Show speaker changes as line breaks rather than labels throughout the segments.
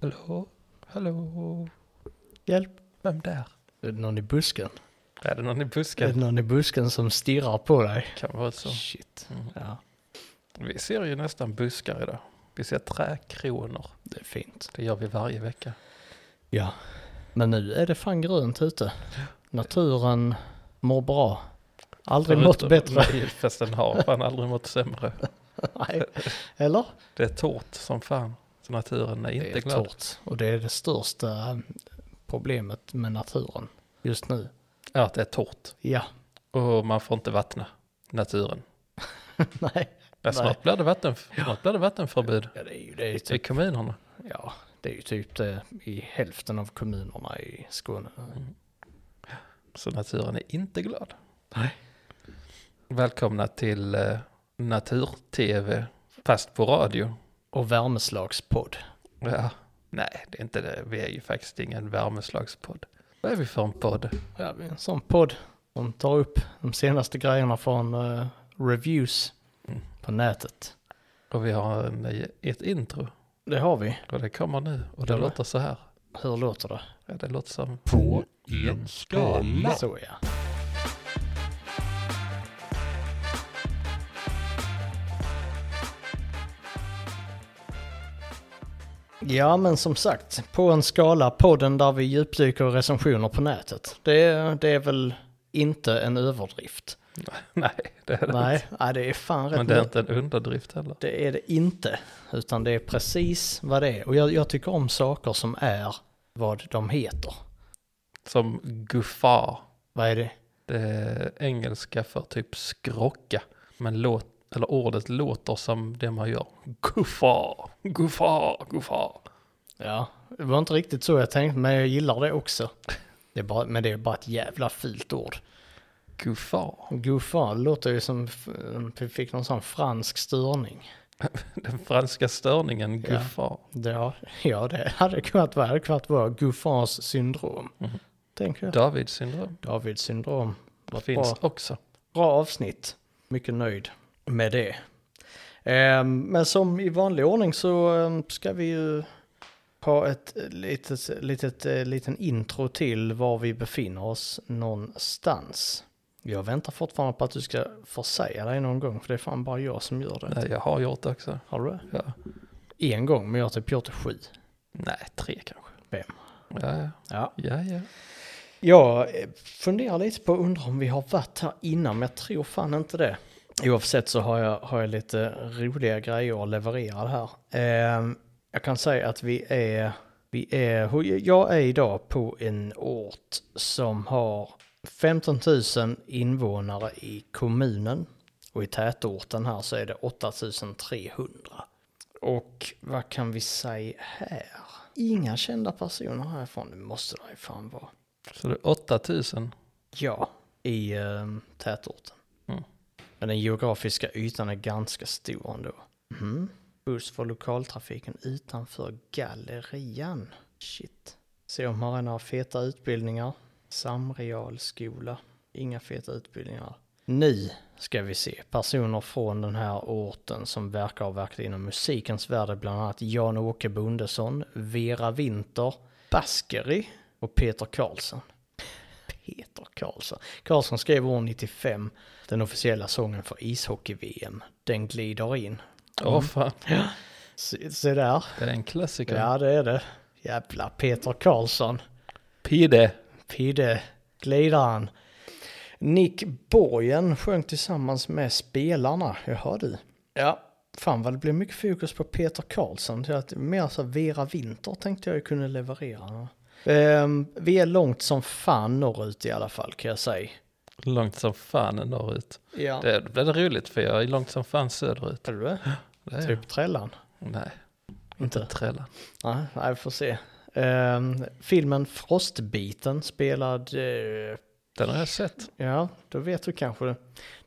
Hallå? Hallå?
Hjälp.
Vem där?
Är det någon i busken?
Är det någon i
Är det
busken?
någon i busken som stirrar på dig?
Kan vara så.
Shit.
Mm.
Ja,
Vi ser ju nästan buskar idag. Vi ser träkronor.
det är fint.
Det gör vi varje vecka.
Ja. Men nu är det fan grönt ute. Naturen mår bra. Aldrig mått
Förutom-
bättre.
Nej, fast den har fan aldrig mått sämre.
Nej. Eller?
Det är torrt som fan. Så naturen är inte
Det är
glad.
torrt. Och det är det största um, problemet med naturen just nu.
Ja, att det är torrt.
Ja,
Och man får inte vattna naturen.
nej.
Ja,
Nej.
snart, blir det vatten, snart blir det vattenförbud
Ja, det är ju det. Är ju
i
typ,
kommunerna.
ja, det är ju typ det i hälften av kommunerna i Skåne.
Så naturen är inte glad.
Nej.
Välkomna till eh, natur-tv, fast på radio.
Och värmeslagspodd.
Ja. Nej, det är inte det. Vi är ju faktiskt ingen värmeslagspodd. Vad är vi för en podd?
Ja, vi är en sån podd som tar upp de senaste grejerna från eh, reviews
Mm.
på nätet.
Och vi har en, eh, ett intro.
Det har vi.
Och det kommer nu. Och det
Ja.
låter så här.
Hur låter det?
Ja, det låter som...
På en skala.
Så ja. Ja men som sagt, på en skala, podden där vi djupdyker i recensioner på nätet. Det, det är väl inte en överdrift.
Nej, det är det inte.
Nej, nej, det är fan rätt
Men det är
mycket.
inte en underdrift heller.
Det är det inte, utan det är precis vad det är. Och jag, jag tycker om saker som är vad de heter.
Som guffar.
Vad är det?
Det är eh, engelska för typ skrocka. Men låt, eller ordet låter som det man gör. Guffar, guffar, guffar.
Ja, det var inte riktigt så jag tänkte, men jag gillar det också. Det är bara, men det är bara ett jävla fult ord.
Guffar.
Goofan låter ju som f- vi fick någon sån fransk störning.
Den franska störningen
Ja.
guffar.
Ja, ja det hade kunnat vara, det hade kunnat vara Goofans syndrom.
Mhm.
Tänker jag.
Davids syndrom.
Davids syndrom.
Det
Vad
finns
bra.
också.
Bra avsnitt. Mycket nöjd med det. Ehm, Men som i vanlig ordning så ehm, ska vi ju ha ett litet, litet, eh, liten intro till var vi befinner oss någonstans. Jag väntar fortfarande på att du ska få säga dig någon gång, för det är fan bara jag som gör det.
Nej, jag har gjort det också.
Har du det?
Ja.
En gång, men jag har typ gjort det sju.
Nej, tre kanske.
Fem.
Ja, ja.
Ja.
ja, ja.
Jag eh, funderar lite på, undrar om vi har varit här innan, men jag tror fan inte det. Oavsett så har jag, har jag lite roliga grejer att leverera här. Ehm, jag kan säga att vi är, vi är, ho- jag är idag på en ort som har 15 000 invånare i kommunen. Och i tätorten här så är det 8 300. Och vad kan vi säga här? Inga kända personer härifrån, det måste det ju fan vara.
Så det är 8000.
Ja, i eh, tätorten.
Mm.
Men den geografiska ytan är ganska stor ändå. Mm. Buss för lokaltrafiken utanför gallerian. Shit. Se om har några feta utbildningar. Samrealskola. Inga feta utbildningar. Nu ska vi se personer från den här orten som verkar ha verkat inom musikens värld. Bland annat Jan-Åke Bondesson, Vera Winter, Baskeri och Peter Karlsson. Peter Karlsson. Karlsson skrev år 95 den officiella sången för ishockey-VM. Den glider in.
Åh fan,
Se, se där.
det är en klassiker.
Ja, det är det. Jävla Peter Karlsson.
Pide.
Pidde, glidaren. Nick Borgen sjöng tillsammans med spelarna. Jaha du. Ja. Fan vad det blev mycket fokus på Peter Karlsson. Så att mer så Vera Winter tänkte jag ju kunde leverera. Ehm, vi är långt som fan norrut i alla fall kan jag säga.
Långt som fan norrut.
Ja.
Det, det är roligt för jag är långt som fan söderut.
Är du det?
Det är jag.
Typ Trällan?
Nej,
Inte?
Trällan.
Nej, nej, vi får se. Ehm, filmen Frostbiten spelad, eh,
Den har jag sett.
ja, då vet du kanske det.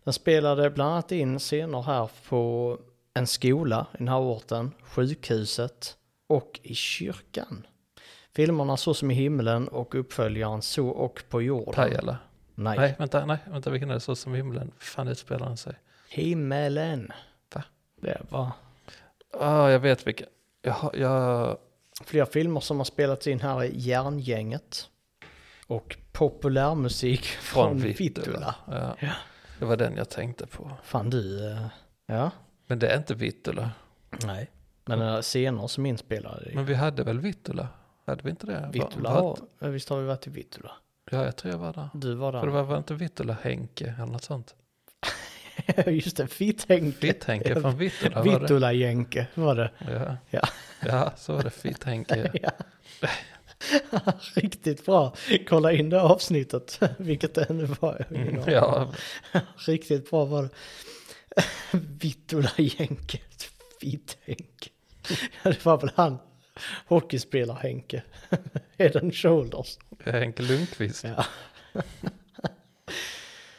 Den spelade bland annat in scener här på en skola i den här orten, sjukhuset och i kyrkan. Filmerna Så som i himlen och uppföljaren Så och på jorden.
Pajala.
Nej,
Nej, vänta, nej, vänta, vilken är det? Så som himlen. Fan utspelar den sig.
himmelen.
Va?
Det var
Ah, jag vet vilken. Jag, har- jag,
Flera filmer som har spelats in här är Järngänget och populärmusik från,
Från Vittula.
Vittula.
Ja.
Ja.
Det var den jag tänkte på.
Fan du, eh, ja.
Men det är inte Vittula.
Nej. Men eh, scener som inspelade. i
Men vi hade väl Vittula? Hade vi inte det?
Vittula,
Var-
har,
var-
eh, visst har vi varit i Vittula?
Ja, jag tror jag var där.
Du var
För det
där.
var väl inte Vittula Henke eller något sånt?
Just det, Fitthänke.
Fitt-Henke från Vittula var det.
Vittula-jänke var det.
Ja.
Ja.
ja, så var det Fitt-Henke.
Ja. Riktigt bra. Kolla in det avsnittet, vilket det nu var.
Mm, ja,
Riktigt bra var det. Vittula-Jänke. Fitt-Henke. Ja, det var väl han. Hockeyspelare-Henke. Head and shoulders.
Henke Lundqvist.
Ja.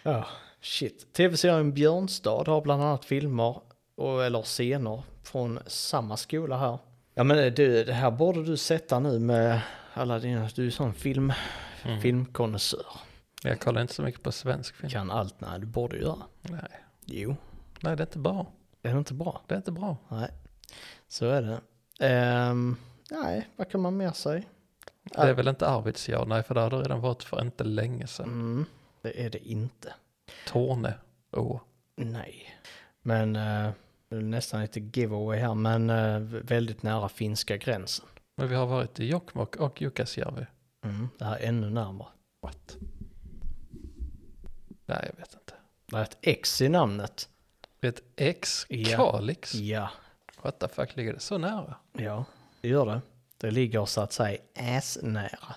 Ja, shit. Tv-serien Björnstad har bland annat filmer, och, eller scener, från samma skola här. Ja men eh, du, det här borde du sätta nu med alla dina, du är sån film, filmkonnässör.
Mm. Jag kollar inte så mycket på svensk film.
Kan allt, nej du borde göra.
Nej.
Jo.
Nej, det är inte bra.
Är det inte bra?
Det är inte bra.
Nej, så är det. Ehm, nej, vad kan man mer säga?
Det är väl inte Arvidsjaur? Nej, för det har det redan varit för inte länge sedan.
Mm, det är det inte.
Torne. Åh.
Nej. Men, eh, det är nästan lite giveaway här, men eh, väldigt nära finska gränsen.
Men vi har varit i Jokkmokk och Jukkasjärvi.
Mm, det här är ännu närmare.
What? Nej, jag vet inte.
Det är ett X i namnet.
Det är ett X,
Ja.
Kalix.
Ja.
What the fuck, ligger det så nära?
Ja, det gör det. Det ligger så att säga nära.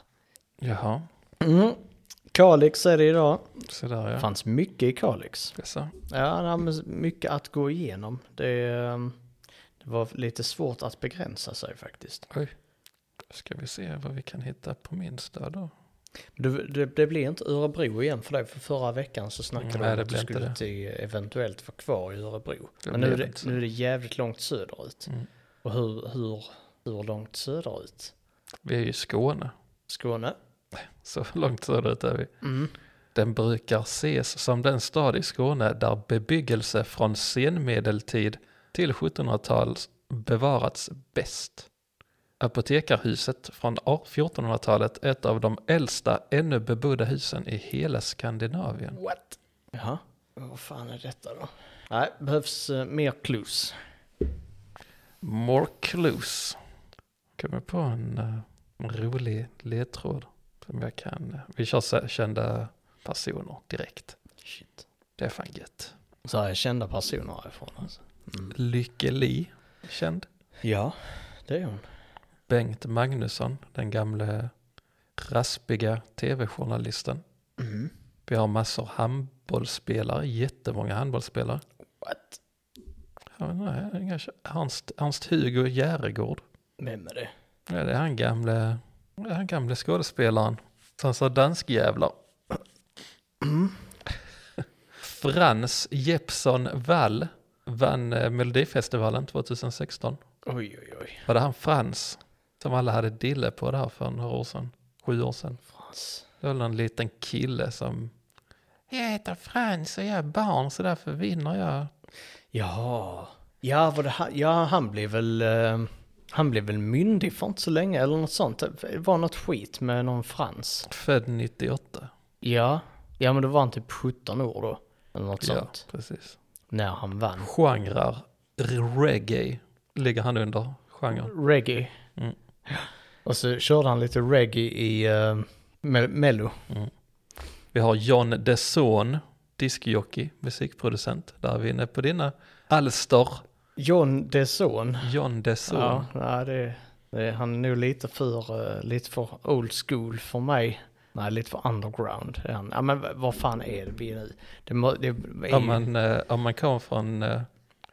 Jaha,
Mm. Kalix är det idag.
så där ja.
fanns mycket i Kalix.
Jaså?
Ja, nej, men mycket att gå igenom. Det, ehm, det var lite svårt att begränsa sig faktiskt.
Oj. Då ska vi se vad vi kan hitta på min stad då.
Det, det, det blir inte Örebro igen för dig, för förra veckan så snackade
Mm. Nej,
du om
det
att du
blir inte
skulle
det.
till, eventuellt vara kvar i Örebro.
Det
men nu är,
blir
det,
inte så.
nu är det jävligt långt söderut.
Mm.
Och hur, hur, hur långt söderut?
Vi är ju i Skåne,
Skåne?
så långt söderut är vi.
Mm.
Den brukar ses som den stad i Skåne där bebyggelse från senmedeltid till 1700-tal bevarats bäst. Apotekarhuset från 1400-talet är ett av de äldsta ännu bebodda husen i hela Skandinavien.
What? Jaha. Vad fan är detta då? Nej, behövs eh, mer clues.
More clues. Kommer på en eh, rolig ledtråd som jag kan. eh, vi kör så här, kända personer direkt.
Shit.
Det är fan gött.
Så här är kända personer härifrån alltså.
Lykke Li, känd.
Ja, det är hon.
Bengt Magnusson, den gamle raspiga tv-journalisten.
Mm.
Vi har massor handbollsspelare, jättemånga handbollsspelare.
What?
Ja, nej, inga kö- Ernst, Ernst-Hugo Järegård.
Vem är det?
Ja, det är han gamle, det är han gamle skådespelaren. Sen så danskjävlar. Frans Jeppsson Wall vann eh, Melodifestivalen 2016.
Oj, oj, oj.
Var det han Frans som alla hade dille på där för några år sedan? Sju år sedan.
Frans.
Det var någon liten kille som... Jag heter Frans och jag är barn så därför vinner jag.
Jaha. Ja, var det han? ja han blev väl... eh, han blev väl myndig för inte så länge eller något sånt. Det var något skit med någon Frans.
Född 98.
Ja. Ja, men då var han typ 17 år då. Eller något sånt.
Ja, precis.
När han vann.
Genrer. Reggae ligger han under genren.
Reggae.
Mm.
Och så körde han lite reggae i uh, me- Mello.
Vi har John Desson, diskjockey, musikproducent. Där är vi inne på dina alster.
John Desson.
John Desson.
Ja, nej, det, det, han är nog lite för, eh, lite för old school för mig. Nej, lite för underground. är han. Ja, men v- vad fan är det vi nu? Det, må- det är ju-
Om, man, eh, om man kommer från eh,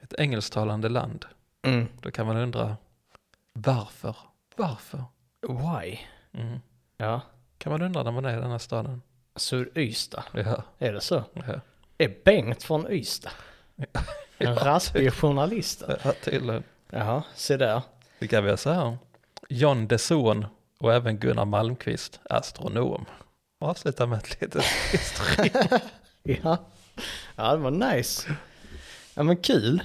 ett engelsktalande land,
Mm.
då kan man undra varför? Varför?
Why?
Mm.
Ja,
Kan man undra när man är i den här staden.
så Ystad.
Ja,
Är det så?
ja.
Är Bengt från Ystad? Den raspiga journalisten.
ja tydligen.
Jaha, se där.
Det kan vi göra så här. John Desson och även Gunnar Malmqvist, astronom. Och avsluta med ett litet historik.
Ja. ja, det var nice. Ja, men kul.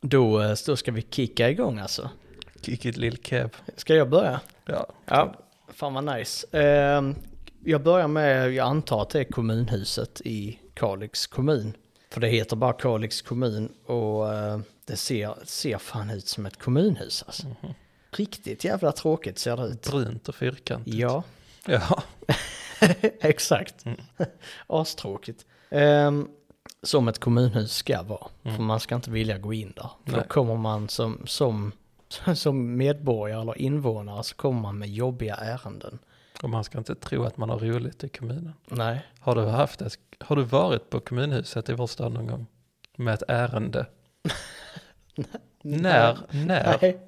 Då, eh, då ska vi kicka igång alltså.
Kikit Lill Kev.
Ska jag börja?
Ja.
Ja, fan vad nice. Ehm, jag börjar med, jag antar att det är kommunhuset i Kalix kommun. För det heter bara Kalix kommun och eh, det ser, ser fan ut som ett kommunhus alltså. Riktigt jävla tråkigt ser det ut.
Brunt och fyrkantigt.
Ja,
Ja.
exakt. Astråkigt. Ehm, som ett kommunhus ska vara. För man ska inte vilja gå in där. För
Nej.
då kommer man som, som, som medborgare eller invånare så kommer man med jobbiga ärenden.
Och man ska inte tro att man har roligt i kommunen.
Nej.
Har du, haft ett, har du varit på kommunhuset i vår stad någon gång? Med ett ärende? När, när,
Nej.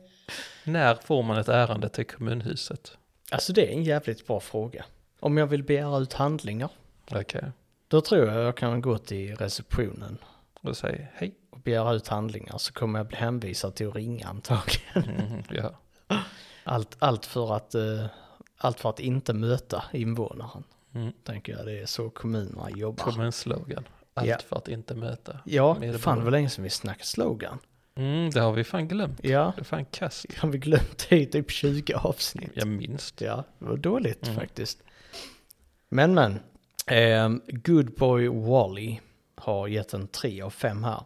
när får man ett ärende till kommunhuset?
Alltså det är en jävligt bra fråga. Om jag vill begära ut handlingar,
Okej,
då tror jag jag kan gå till receptionen
då säger hej.
och begära ut handlingar så kommer jag bli hänvisad till att ringa antagligen.
Mm, ja.
Allt, allt, för att, eh, allt för att inte möta invånaren.
Mm.
Tänker jag, det är så kommunerna jobbar.
Kommunslogan. Allt
Ja.
för att inte möta.
ja,
Medborgare.
fan det var länge sedan vi snackade slogan.
Mm, det har vi fan glömt.
Ja,
Det är fan kast.
har vi glömt det i typ 20 avsnitt?
Jag minns det.
Ja, det var dåligt faktiskt. Men men, ehm, Good Boy Wally har gett en 3 av 5 här.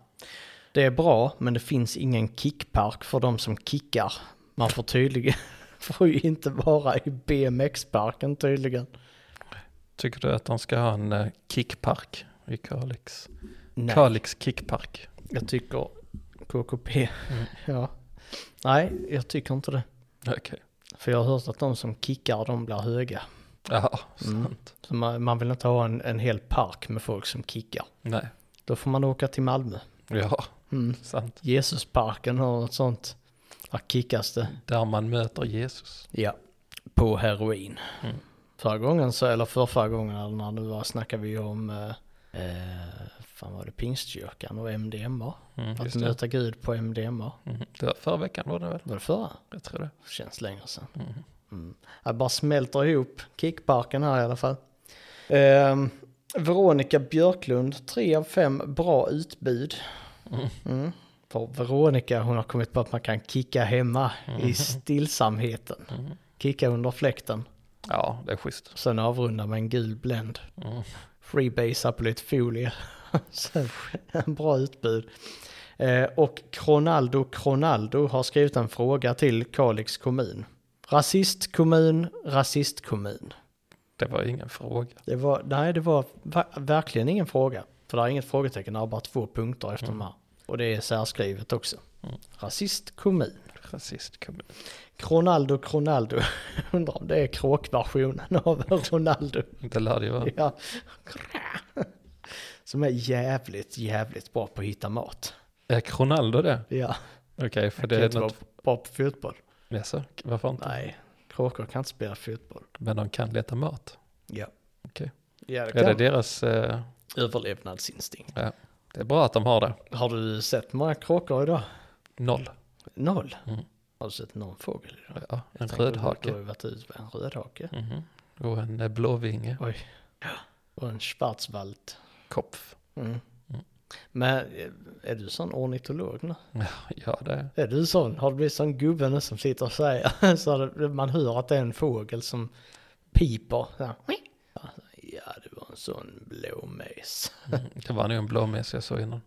Det är bra, men det finns ingen kickpark för de som kickar. Man får tydligen, får ju inte vara i BMX-parken tydligen.
Tycker du att de ska ha en eh, kickpark i Kalix?
Nej,
Kalix kickpark.
jag tycker KKP, ja. Nej, jag tycker inte det.
Okej.
För jag har hört att de som kickar, de blir höga.
Ja,
Mm.
sant.
Så man, man vill inte ha en, en hel park med folk som kickar.
Nej.
Då får man åka till Malmö.
Ja,
Mm.
sant.
Jesusparken har något sånt. Där kickas det.
Där man möter Jesus.
Ja. På heroin. Mm. Förra gången, så, eller för förra gången eller när det var, snackade vi om eh, eh, fan var det pingstkyrkan och MDMA.
Mm,
att
just det.
möta Gud på MDMA.
Mm. Det var förra veckan var det väl?
Var det förra?
Jag tror det.
Känns längre sedan. Mm. Jag bara smälter ihop kickparken här i alla fall. Ehm, Veronica Björklund, 3 av 5 bra utbud. Mm. För Veronica, hon har kommit på att man kan kicka hemma i stillsamheten. Kicka under fläkten,
Mm. Ja, det är schysst.
sen avrunda med en gul bländ.
Mm.
Freebasea på lite folie. sen en bra utbud. Eh, och Cronaldo Cronaldo har skrivit en fråga till Kalix kommun. Rasistkommun, rasistkommun.
Det var ingen fråga.
Det var, nej, det var ver- verkligen ingen fråga. För det är inget frågetecken, det är bara två punkter efter de här. Och det är särskrivet också. Rasistkommun.
Rasistkommun.
Cronaldo Cronaldo. Undrar om det är kråkversionen av Ronaldo.
Det lärde jag vara.
Ja. Som är jävligt, jävligt bra på att hitta mat.
Är Ronaldo det?
Ja,
Okej, för
han
det
kan
är
inte vara
något...
bra på fotboll.
Jaså, varför inte?
Nej, kråkor kan inte spela fotboll.
Men de kan leta mat.
Ja.
Okej.
Ja, det
Är
kan.
det deras... eh,
Överlevnadsinstinkt.
ja. Det är bra att de har det.
Har du sett många kråkor idag?
Noll.
Noll.
Mm.
Har du sett någon fågel idag?
Ja, en
Jag tänkte, Du
rödhake.
har ju varit ute med en rödhake.
Mhm. Och en eh, blåvinge.
Oj. Och en schwarzwald. Mm.
Kopf. Mm.
Men eh, är du sån ornitolog nu?
Ja, Ja, det är
Är du sån? Har du blivit sån gubbe nu som sitter och säger så att man hör att det är en fågel som piper? Så här, Ja, så här, Ja, det var en sån blåmes.
Mm, Det var nog en blåmes jag såg innan.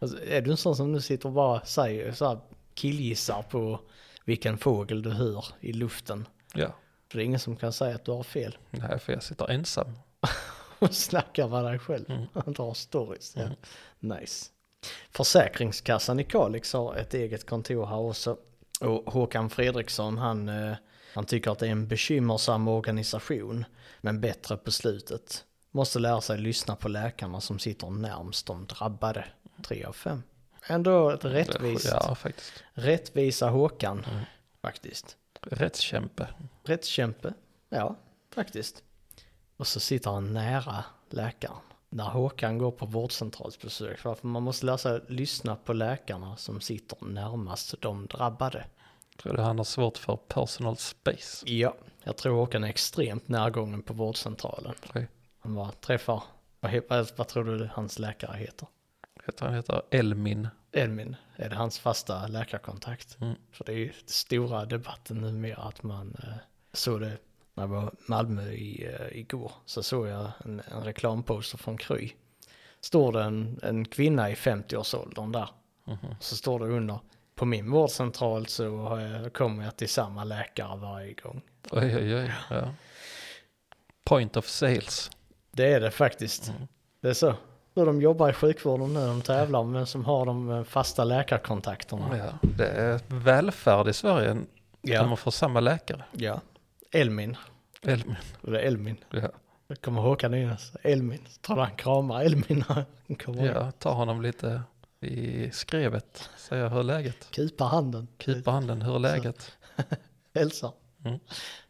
Alltså, är du en sån som nu sitter och bara säger så här, killgissar på vilken fågel du hör i luften?
Ja,
För det är ingen som kan säga att du har fel.
nej för jag sitter ensam. Mm.
Och snackar med dig själv. Han drar stories. Ja. Nice. Försäkringskassan i Kalix har ett eget kontor här också. Och Håkan Fredriksson han, eh, han tycker att det är en bekymmersam organisation. Men bättre på slutet. Måste lära sig lyssna på läkarna som sitter närmst de drabbade. Tre av fem. Ändå ett rättvist.
Ja, faktiskt.
Rättvisa Håkan. Faktiskt.
Rättskämpe.
Rättskämpe. Ja, faktiskt. Och så sitter han nära läkaren. När Håkan går på vårdcentralsbesök. För att man måste lära sig lyssna på läkarna som sitter närmast de drabbade.
Tror du han har svårt för personal space?
Ja, jag tror Håkan är extremt närgången på vårdcentralen.
Oj,
Han bara träffar, vad, he- vad, vad tror du hans läkare heter?
heter han heter Elmin.
Edmin är det hans fasta läkarkontakt.
Mm.
För det är ju den stora debatten numera att man eh, såg det när jag var i Malmö i, eh, igår så såg jag en, en reklamposter från Kry. Står det en, en kvinna i 50-årsåldern där.
Mhm.
Så står det under, på min vårdcentral så har jag- kommer jag till samma läkare varje gång.
Oj, oj, oj. Ja. Point of sales.
Det är det faktiskt.
Mm.
Det är så. Så de jobbar i sjukvården nu, de tävlar om vem som har de eh, fasta läkarkontakterna.
Mm. Ja. Det är välfärd i Sverige när man får samma läkare.
ja. Elmin,
Elmin.
eller Elmin,
Ja.
jag kommer Håkan Nynas, Elmin, så tar han kramar Elmin när han kommer. in.
ja, ta honom lite i skrevet. Säga hur är läget?
Kupar handen,
Kupa handen, hur är läget?
hälsar.
Mm.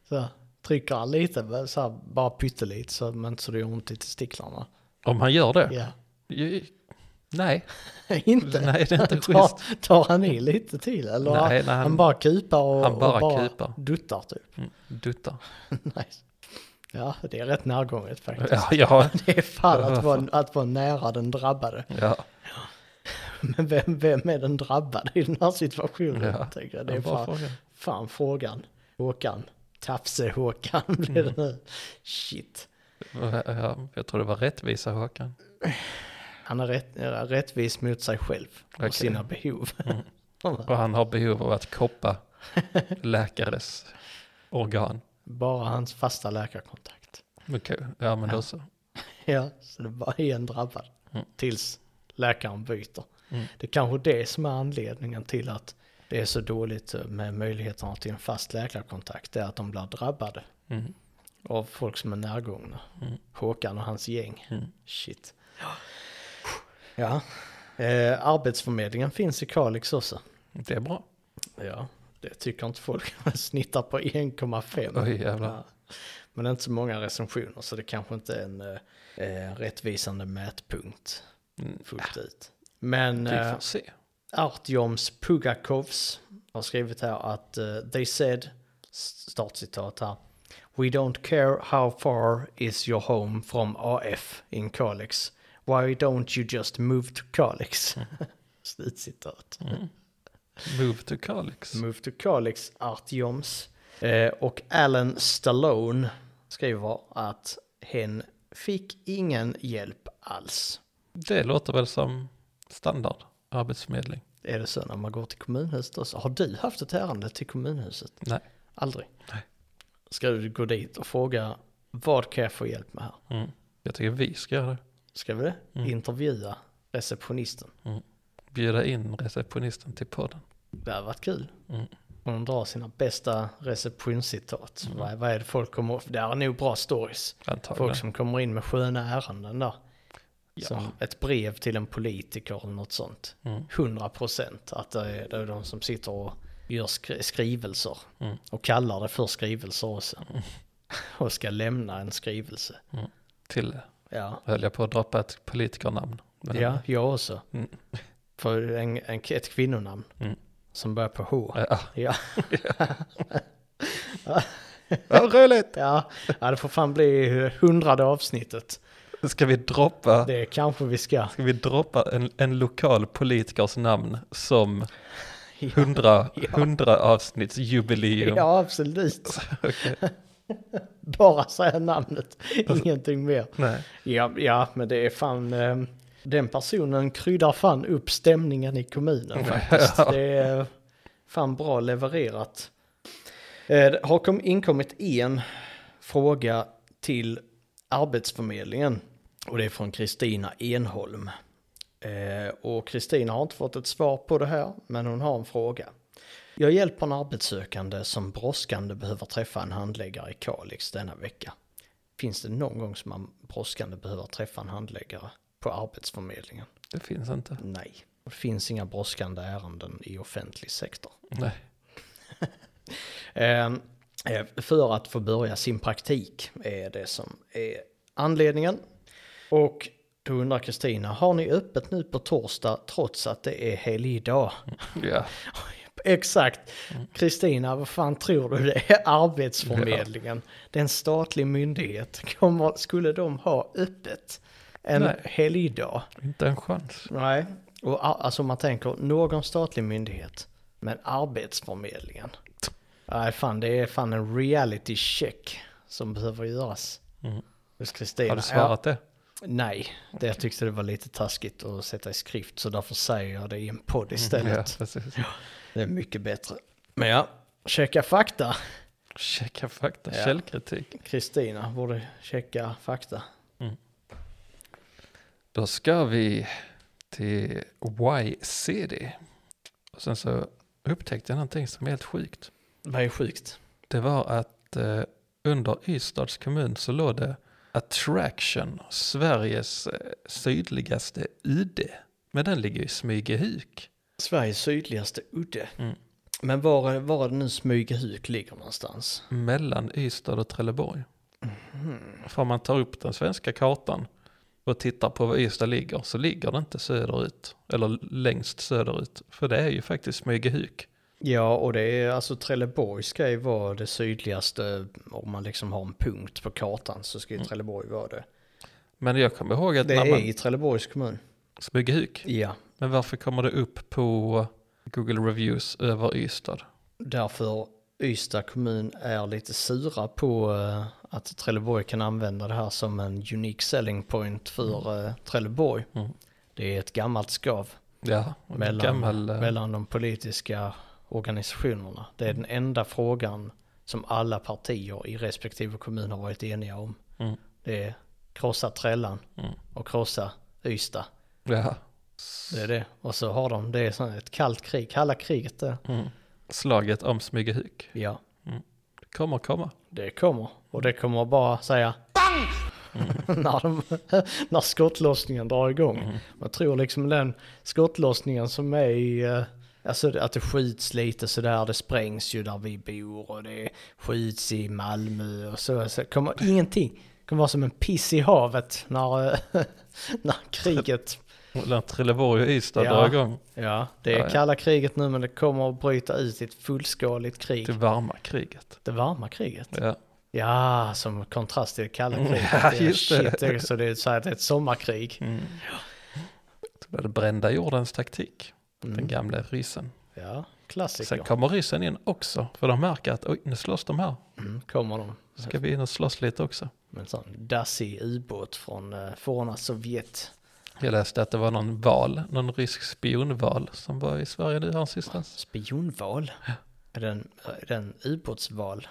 Så trycker han lite, men så här, bara pyttelite så, men, så det gör ont i testiklarna.
Om han gör det?
Ja,
Ju- Nej,
inte.
nej det är inte schysst.
tar, tar han i lite till eller?
Nej,
han,
nej, han-
bara kupar och
han bara
och bara
kupar.
duttar typ.
Mm, Duttar.
nice. Ja, det är rätt närgånget faktiskt.
Ja, ja,
Det är fan att vara, att vara nära den drabbade.
ja.
Men vem, vem är den drabbade i den här situationen?
Ja,
tänker jag.
Det
Det är
en bra
fan,
fråga.
fan frågan. Håkan. Tafse-Håkan
Mm.
blir det nu. Shit.
Ja, jag tror det var rättvisa Håkan.
Han är, rätt, är rättvis mot sig själv och
Okej.
sina behov.
Mm. Och han har behov av att koppa läkares organ.
Bara hans fasta läkarkontakt.
Okej, ja men då så.
Ja, så det var en drabbad.
Mm.
Tills läkaren byter.
Mm.
Det är kanske det som är anledningen till att det är så dåligt med möjligheterna till en fast läkarkontakt. Det är att de blir drabbade
Mm.
av folk som är närgångna.
Mm.
Håkan och hans gäng.
Mm.
Shit. Ja. Eh, arbetsförmedlingen finns i Kalix också.
Det är bra.
Ja, det tycker inte folk. Man snittar på 1,5.
Oj jävlar.
Ja. Men inte så många recensioner så det kanske inte är en eh, eh, rättvisande mätpunkt
Mm,
fullt ut. Men
Vi
eh,
får se.
Artjoms Pugakovs har skrivit här att eh, they said, startcitat här, We don't care how far is your home from AF in Kalix. Why don't you just move to Kalix? Slutcitat.
Mm. Move to Kalix.
Move to Kalix, Artjoms. Eh, och Alan Stallone skriver att hen fick ingen hjälp alls.
Det låter väl som standard arbetsförmedling.
Är det så när man går till kommunhuset också? Har du haft ett ärende till kommunhuset?
Nej.
Aldrig.
Nej.
Ska du gå dit och fråga vad kan jag få hjälp med här?
Mm. Jag tycker vi ska göra det.
Ska vi det?
Mm.
Intervjua receptionisten.
Bjuda in receptionisten till podden.
Det hade varit kul.
Mm.
Hon drar sina bästa receptionscitat.
Mm.
Vad, vad är det folk kommer... Det är nog bra stories.
Antagligen.
Folk som kommer in med sköna ärenden där.
Ja.
Som ett brev till en politiker eller något sånt.
Mm.
100 procent att det är, det är de som sitter och gör skri- skrivelser.
Mm.
Och kallar det för skrivelser också. Och ska lämna en skrivelse.
Till,
Ja,
höll jag på att droppa ett politikernamn. Men-
ja jag också.
Mm.
För en, en, ett kvinnonamn
Mm.
som börjar på H.
Ja.
Ja.
Vad roligt!
Ja. ja, det får fan bli hundrade avsnittet.
Ska vi droppa
Det kanske vi ska.
Ska vi droppa en, en lokal politikers namn som 100, 100 avsnittsjubileum?
Ja, absolut.
Okej.
Bara säga namnet, ingenting mer.
Nej.
Ja, ja, men det är fan... Eh, den personen kryddar fan upp stämningen i kommunen faktiskt. Det är fan bra levererat. Eh, det har kom, inkommit en fråga till Arbetsförmedlingen. Och det är från Kristina Enholm. Eh, och Kristina har inte fått ett svar på det här, men hon har en fråga. Jag hjälper en arbetssökande som brådskande behöver träffa en handläggare i Kalix denna vecka. Finns det någon gång som man brådskande behöver träffa en handläggare på Arbetsförmedlingen?
Det finns inte.
Nej. Det finns inga brådskande ärenden i offentlig sektor.
Nej.
Eh, eh, för att få börja sin praktik är det som är anledningen. Och då undrar Kristina, har ni öppet nu på torsdag trots att det är helgdag?
Ja.
Exakt. Kristina, vad fan tror du det är? Arbetsförmedlingen. Det är en statlig myndighet. Kommer, skulle de ha öppet en
Nej.
helgdag?
Inte en chans.
Nej. Och a- alltså om man tänker någon statlig myndighet, men Arbetsförmedlingen. Nej fan, det är fan en reality check som behöver göras.
Mm.
Hos Kristina.
Har du svarat det?
Ja, nej, det jag tyckte det var lite taskigt att sätta i skrift så därför säger jag det i en podd
Mm. Ja,
istället.
precis.
Det är mycket bättre. Men ja, checka fakta.
Checka fakta,
Ja.
källkritik.
Kristina borde checka fakta.
Då ska vi till Y-CD. Och sen så upptäckte jag någonting som är helt sjukt.
Vad är sjukt?
Det var att eh, under Ystads kommun så låg det Attraction, Sveriges eh, sydligaste udde. Men den ligger i Smygehuk.
Sveriges sydligaste udde.
Mm.
Men var, är- var är det nu Smygehuk ligger någonstans?
mellan Ystad och Trelleborg.
Mhm.
För om man tar upp den svenska kartan och tittar på var Ystad ligger så ligger det inte söderut, eller längst söderut. För det är ju faktiskt Smygehuk.
Ja, och det är alltså Trelleborg ska ju vara det sydligaste. Om man liksom har en punkt på kartan så ska ju Trelleborg vara det.
Men jag kommer ihåg att
Det
när
är
man,
i Trelleborgs kommun.
Smygehuk,
Ja,
men varför kommer det upp på Google Reviews över Ystad?
därför Ystad kommun är lite sura på eh, att Trelleborg kan använda det här som en unique selling point för eh, Trelleborg.
Mm.
Det är ett gammalt skav.
Ja, och
mellan,
gammal, eh,
mellan de politiska organisationerna. Det
Mm.
är den enda frågan som alla partier i respektive kommun har varit eniga om.
Mm.
Det är krossa Trällan
Mm.
och krossa Ystad.
ja.
Det är det. Och så har de, det är sån- ett kallt krig, kalla kriget det.
Mm. Slaget om Smygehuk.
Ja,
Det kommer komma.
det kommer. Och det kommer bara säga
Mm.
BANG! när, de, när skottlossningen drar igång. Man tror liksom den skottlossningen som är i, eh, alltså det- att det skjuts lite sådär, det sprängs ju där vi bor och det skjuts i Malmö och så. så kommer ingenting, kommer vara som en piss i havet när, eh, när kriget,
Mellan Trelleborg och Ystad
Ja.
drar igång
ja det
Ja,
är
ja.
kalla kriget nu men det kommer att bryta ut i ett fullskaligt krig.
till varma kriget.
Det varma kriget.
Ja.
Ja, som kontrast till det kalla
Mm,
kriget.
ja, just det.
Shit, det är, så det är så här, det är ett sommarkrig.
Mm. Det var det brända jordens taktik, den
Mm.
gamla ryssen.
Ja, klassiker.
Sen kommer ryssen in också, för de märker att oj, nu slåss de här.
Mm, kommer de.
Ska vi in och slåss lite också?
Med en sån dassig ubåt från eh, forna Sovjet.
Jag läste att det var någon val, någon rysk spionval som var i Sverige nu häromsistens.
Spionval? Är det en, är det en ubåtsval?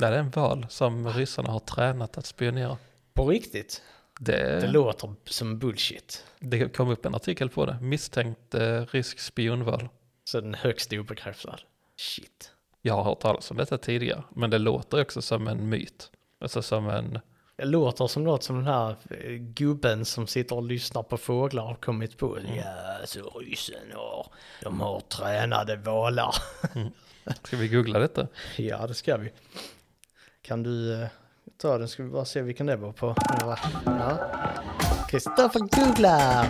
Nej, det är en val som ryssarna har tränat att spionera.
På riktigt? Det
Det,
låter som bullshit.
det kom upp en artikel på det, misstänkt eh, rysk spionval.
Så den är högst obekräftad. Shit.
Jag har hört talas om detta tidigare, men det låter också som en myt. Alltså som en,
Det låter som något som den här eh, gubben som sitter och lyssnar på fåglar har kommit på.
Mm.
Ja, så ryssen har, de har tränade valar.
ska vi googla detta?
ja, det ska vi. Kan du eh, ta den? Ska vi bara se vilken det var på? Ja. Kristoffer googlar!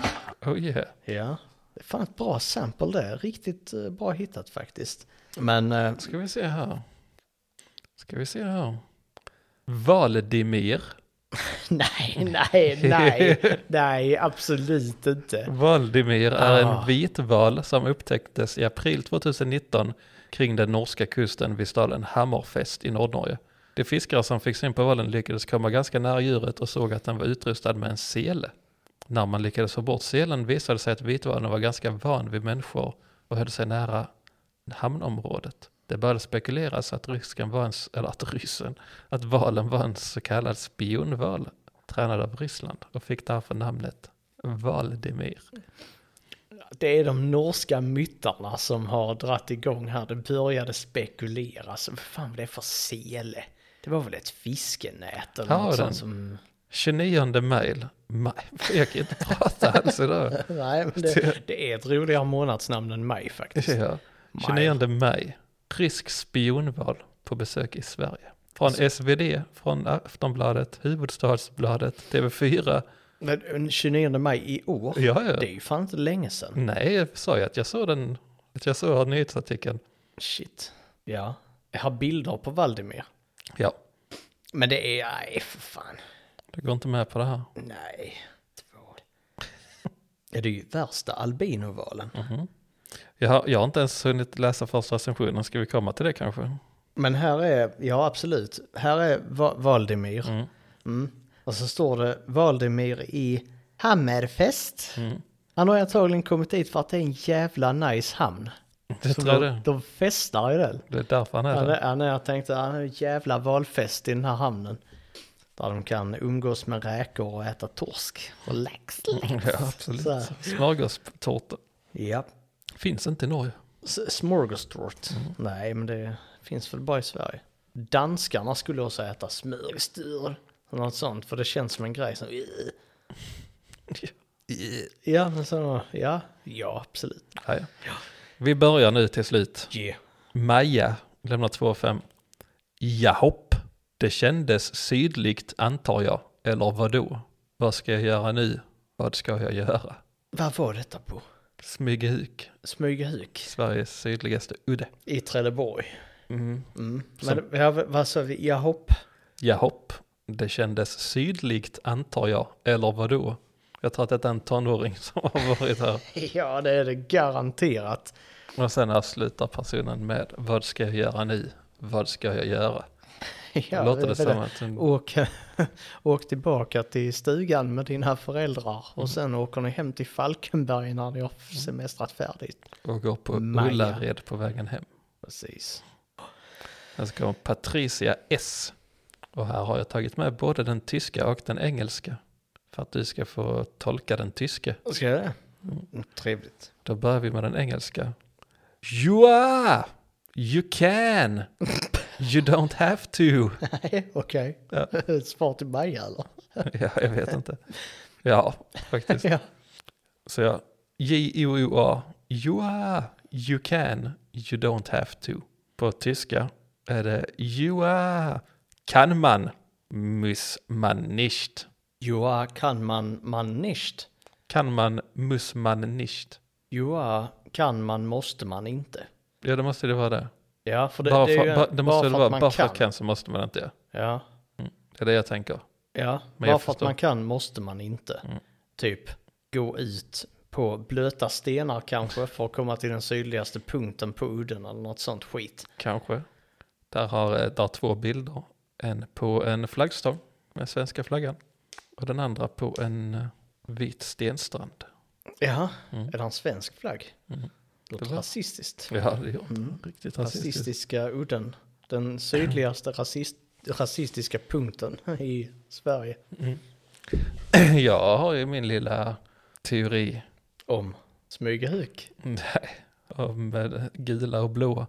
Oh yeah.
Ja, det är fan ett bra sample där. Riktigt eh, bra hittat faktiskt. Men eh,
Ska vi se här. Ska vi se här. Valdimir.
nej, nej, nej, nej, absolut inte.
Valdimir är
Ah.
en vitval som upptäcktes i april 2019 kring den norska kusten vid staden Hammerfest i Nordnorge. De fiskare som fick syn på valen lyckades komma ganska nära djuret och såg att den var utrustad med en sele. När man lyckades få bort selen visade det sig att vitvalen var ganska van vid människor och höll sig nära hamnområdet. Det började spekuleras att rysken var en, s- eller att ryssen, att valen var en så kallad spionval tränad av Ryssland och fick därför namnet Valdimir.
Det är de norska myttarna som har dratt igång här. Det började spekuleras. Vad fan var det för sele? Det var väl ett fiskenät eller
Här har
något
den.
sånt som...
29 mejl. Maj. Jag kan inte prata alls idag.
Nej, men det, det är ett roligare månadsnamn än maj faktiskt.
Ja. 29 maj. Rysk spionval på besök i Sverige. Från SvD, från Aftonbladet, Huvudstadsbladet, TV4.
Men den 29 maj i år?
Ja,
Det
ja.
är ju fan inte länge sedan.
Nej, jag sa ju att jag såg den, att jag såg nyhetsartikeln.
Shit. Ja. Jag har bilder på Valdemir.
Ja,
Men det är... Nej, för fan.
du går inte med på det här.
Nej. Två. Är det ju värsta albinovalen.
Mhm. Jag, har, jag har inte ens hunnit läsa första recensionen, ska vi komma till det kanske?
Men här är, ja absolut, här är Va- Valdemir.
Mm.
Mm. Och så står det Valdemir i Hammerfest.
Mm.
Han har ju antagligen kommit dit för att det är en jävla nice hamn.
Det
Så
tror jag
de,
det.
de festar i den.
Det är därför han är
Han
där.
är, han är, jag tänkte, han är en jävla valfest i den här hamnen. Där de kan umgås med räkor och äta torsk och lax. lax.
Ja, absolut.
Så här.
Smörgåstårta
Ja.
finns inte i Norge.
S- Smorgasdort.
Mm.
Nej, men det finns väl bara i Sverige. Danskarna skulle också äta smörgåsdyr. Något sånt, för det känns som en grej som... Ja, men så, ja, ja, absolut.
Ja, ja. Vi börjar nu till slut.
Yeah.
Maja lämnar 2,5. Jahopp, det kändes sydligt antar jag. Eller vadå? Vad ska jag göra nu? Vad ska jag göra?
Vad var detta på?
Smygehuk,
Smygehuk
Sveriges sydligaste udde.
i Trelleborg.
Mm.
Mm.
Som-
Men ja, vad sa vi? Jag hopp.
Jahopp, det kändes sydligt antar jag. Eller vadå? Jag tror att detta är en tonåring som har varit här.
Ja, det är det garanterat.
Och sen avslutar personen med vad ska jag göra nu? Vad ska jag göra?
Ja,
Låter det
är väl
som att en
Åk, åk tillbaka till stugan med dina föräldrar
Mm.
och sen åker ni hem till Falkenberg när ni har semestrat färdigt.
och går på
Maja.
Ullared på vägen hem.
Precis.
Sen ska hon Patricia S. Och här har jag tagit med både den tyska och den engelska. För att du ska få tolka den tyska.
Ska jag det?
Mm,
Trevligt.
Då börjar vi med den engelska. You are, you can, you don't have to.
Nej, Okej.
Ja.
Ett Svar till mig eller?
Ja, jag vet inte. Ja, faktiskt.
Ja.
Så jag, J-O-O-A, you are, you can, you don't have to. På tyska är det you are, kan man, muss man nicht.
Joa kan man, man nicht.
Kan man, muss man nicht.
Joa kan man, måste man inte.
Ja, det måste det vara det.
Ja, för det,
bara
det
för,
är ju
ba, det måste
bara
väl
för
vara,
att man
bara för
kan.
att kan så måste man inte.
Ja,
Det är det jag tänker.
ja.
Men jag
bara för att
förstår. Mm.
man kan måste man inte. Typ gå ut på blöta stenar kanske för att komma till den sydligaste punkten på udden eller något sånt skit.
Kanske. Där har eh, där två bilder. En på en flaggstång med svenska flaggan. Och den andra på en eh, vit stenstrand.
Ja,
Mm.
är det en svensk flagg?
Mm.
Låter
Det var-
rasististiskt.
Ja, det gör mm. riktigt rasistiskt.
Rasistiska udden. Den sydligaste rasist, rasistiska punkten i Sverige. Mm.
Jag har ju min lilla teori
Om Smygehuk.
nej, om eh, gula och blåa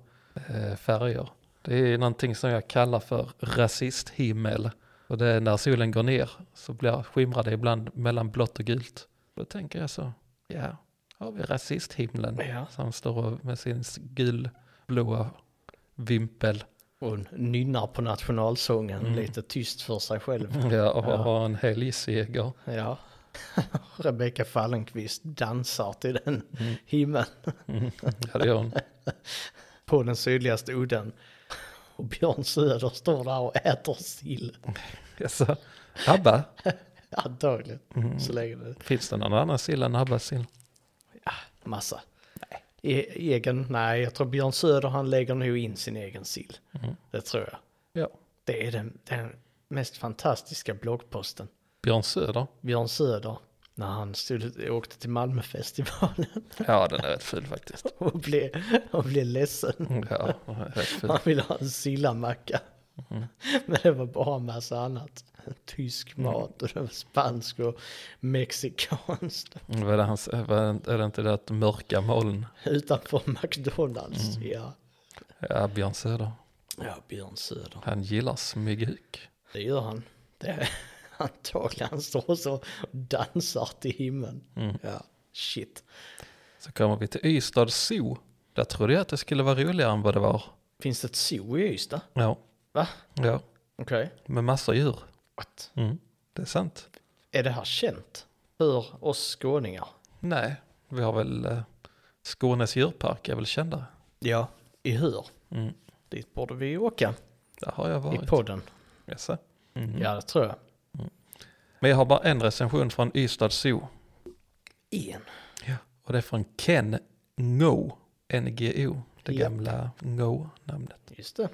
eh, färger. Det är någonting som jag kallar för rasisthimmel. Och det är när solen går ner så blir skimrar det ibland mellan blått och gult. Då tänker jag så, ja, har vi rasisthimlen?
Ja.
som står och- med sin s- gulblåa vimpel
Hon nynnar på nationalsången
Mm.
lite tyst för sig själv.
ja, och
Ja.
har en helgseger.
Ja. Rebecka Fallenkvist dansar till den himlen
Ja, det gör hon.
på den sydligaste udden. Och Björn Söder står där och äter sill.
Alltså, Abba,
Antagligen. Så länge det
finns det någon annan sill än Abbas sill?
massa. E- egen, nej jag tror Björn Söder han lägger nog in sin egen sill. Det tror jag.
Ja.
Det är den, den mest fantastiska bloggposten.
Björn Söder?
Björn Söder, när han stod, åkte till Malmöfestivalen
Ja, den är rätt ful faktiskt.
och blev, och blev ledsen.
Mm, Ja, den är rätt ful.
Han ville ha en sillamacka. Mm. Men det var bara en massa annat. Tysk mat och det var spansk och mexikansk.
Vad är, det hans, vad är det- är det inte det att mörka moln?
Utanför McDonalds. Ja.
Ja, Björn Söder.
ja, Björn Söder.
Han gillar smyghuk.
Det gör han. Det är antagligen. Han står så och dansar till himlen. Ja, shit.
Så kommer vi till Ystad Zoo. Där trodde jag att det skulle vara roligare än vad det var.
Finns det ett zoo i Ystad?
Ja,
Va?
ja.
Okej.
med massa djur.
What?
Mm. Det är sant.
Är det här känt för oss skåningar?
Nej, vi har väl eh, Skånes djurpark är väl kändare.
Ja. I Hur?
Mm.
Dit borde vi åka
Där har jag
i
varit.
podden.
Jaså? Mm.
Ja, det tror jag.
Men jag har bara en recension från Ystad Zoo.
En.
Ja. Och det är från Ken Ngo, NGO, det
Japp.
gamla Ngo-namnet.
Just det.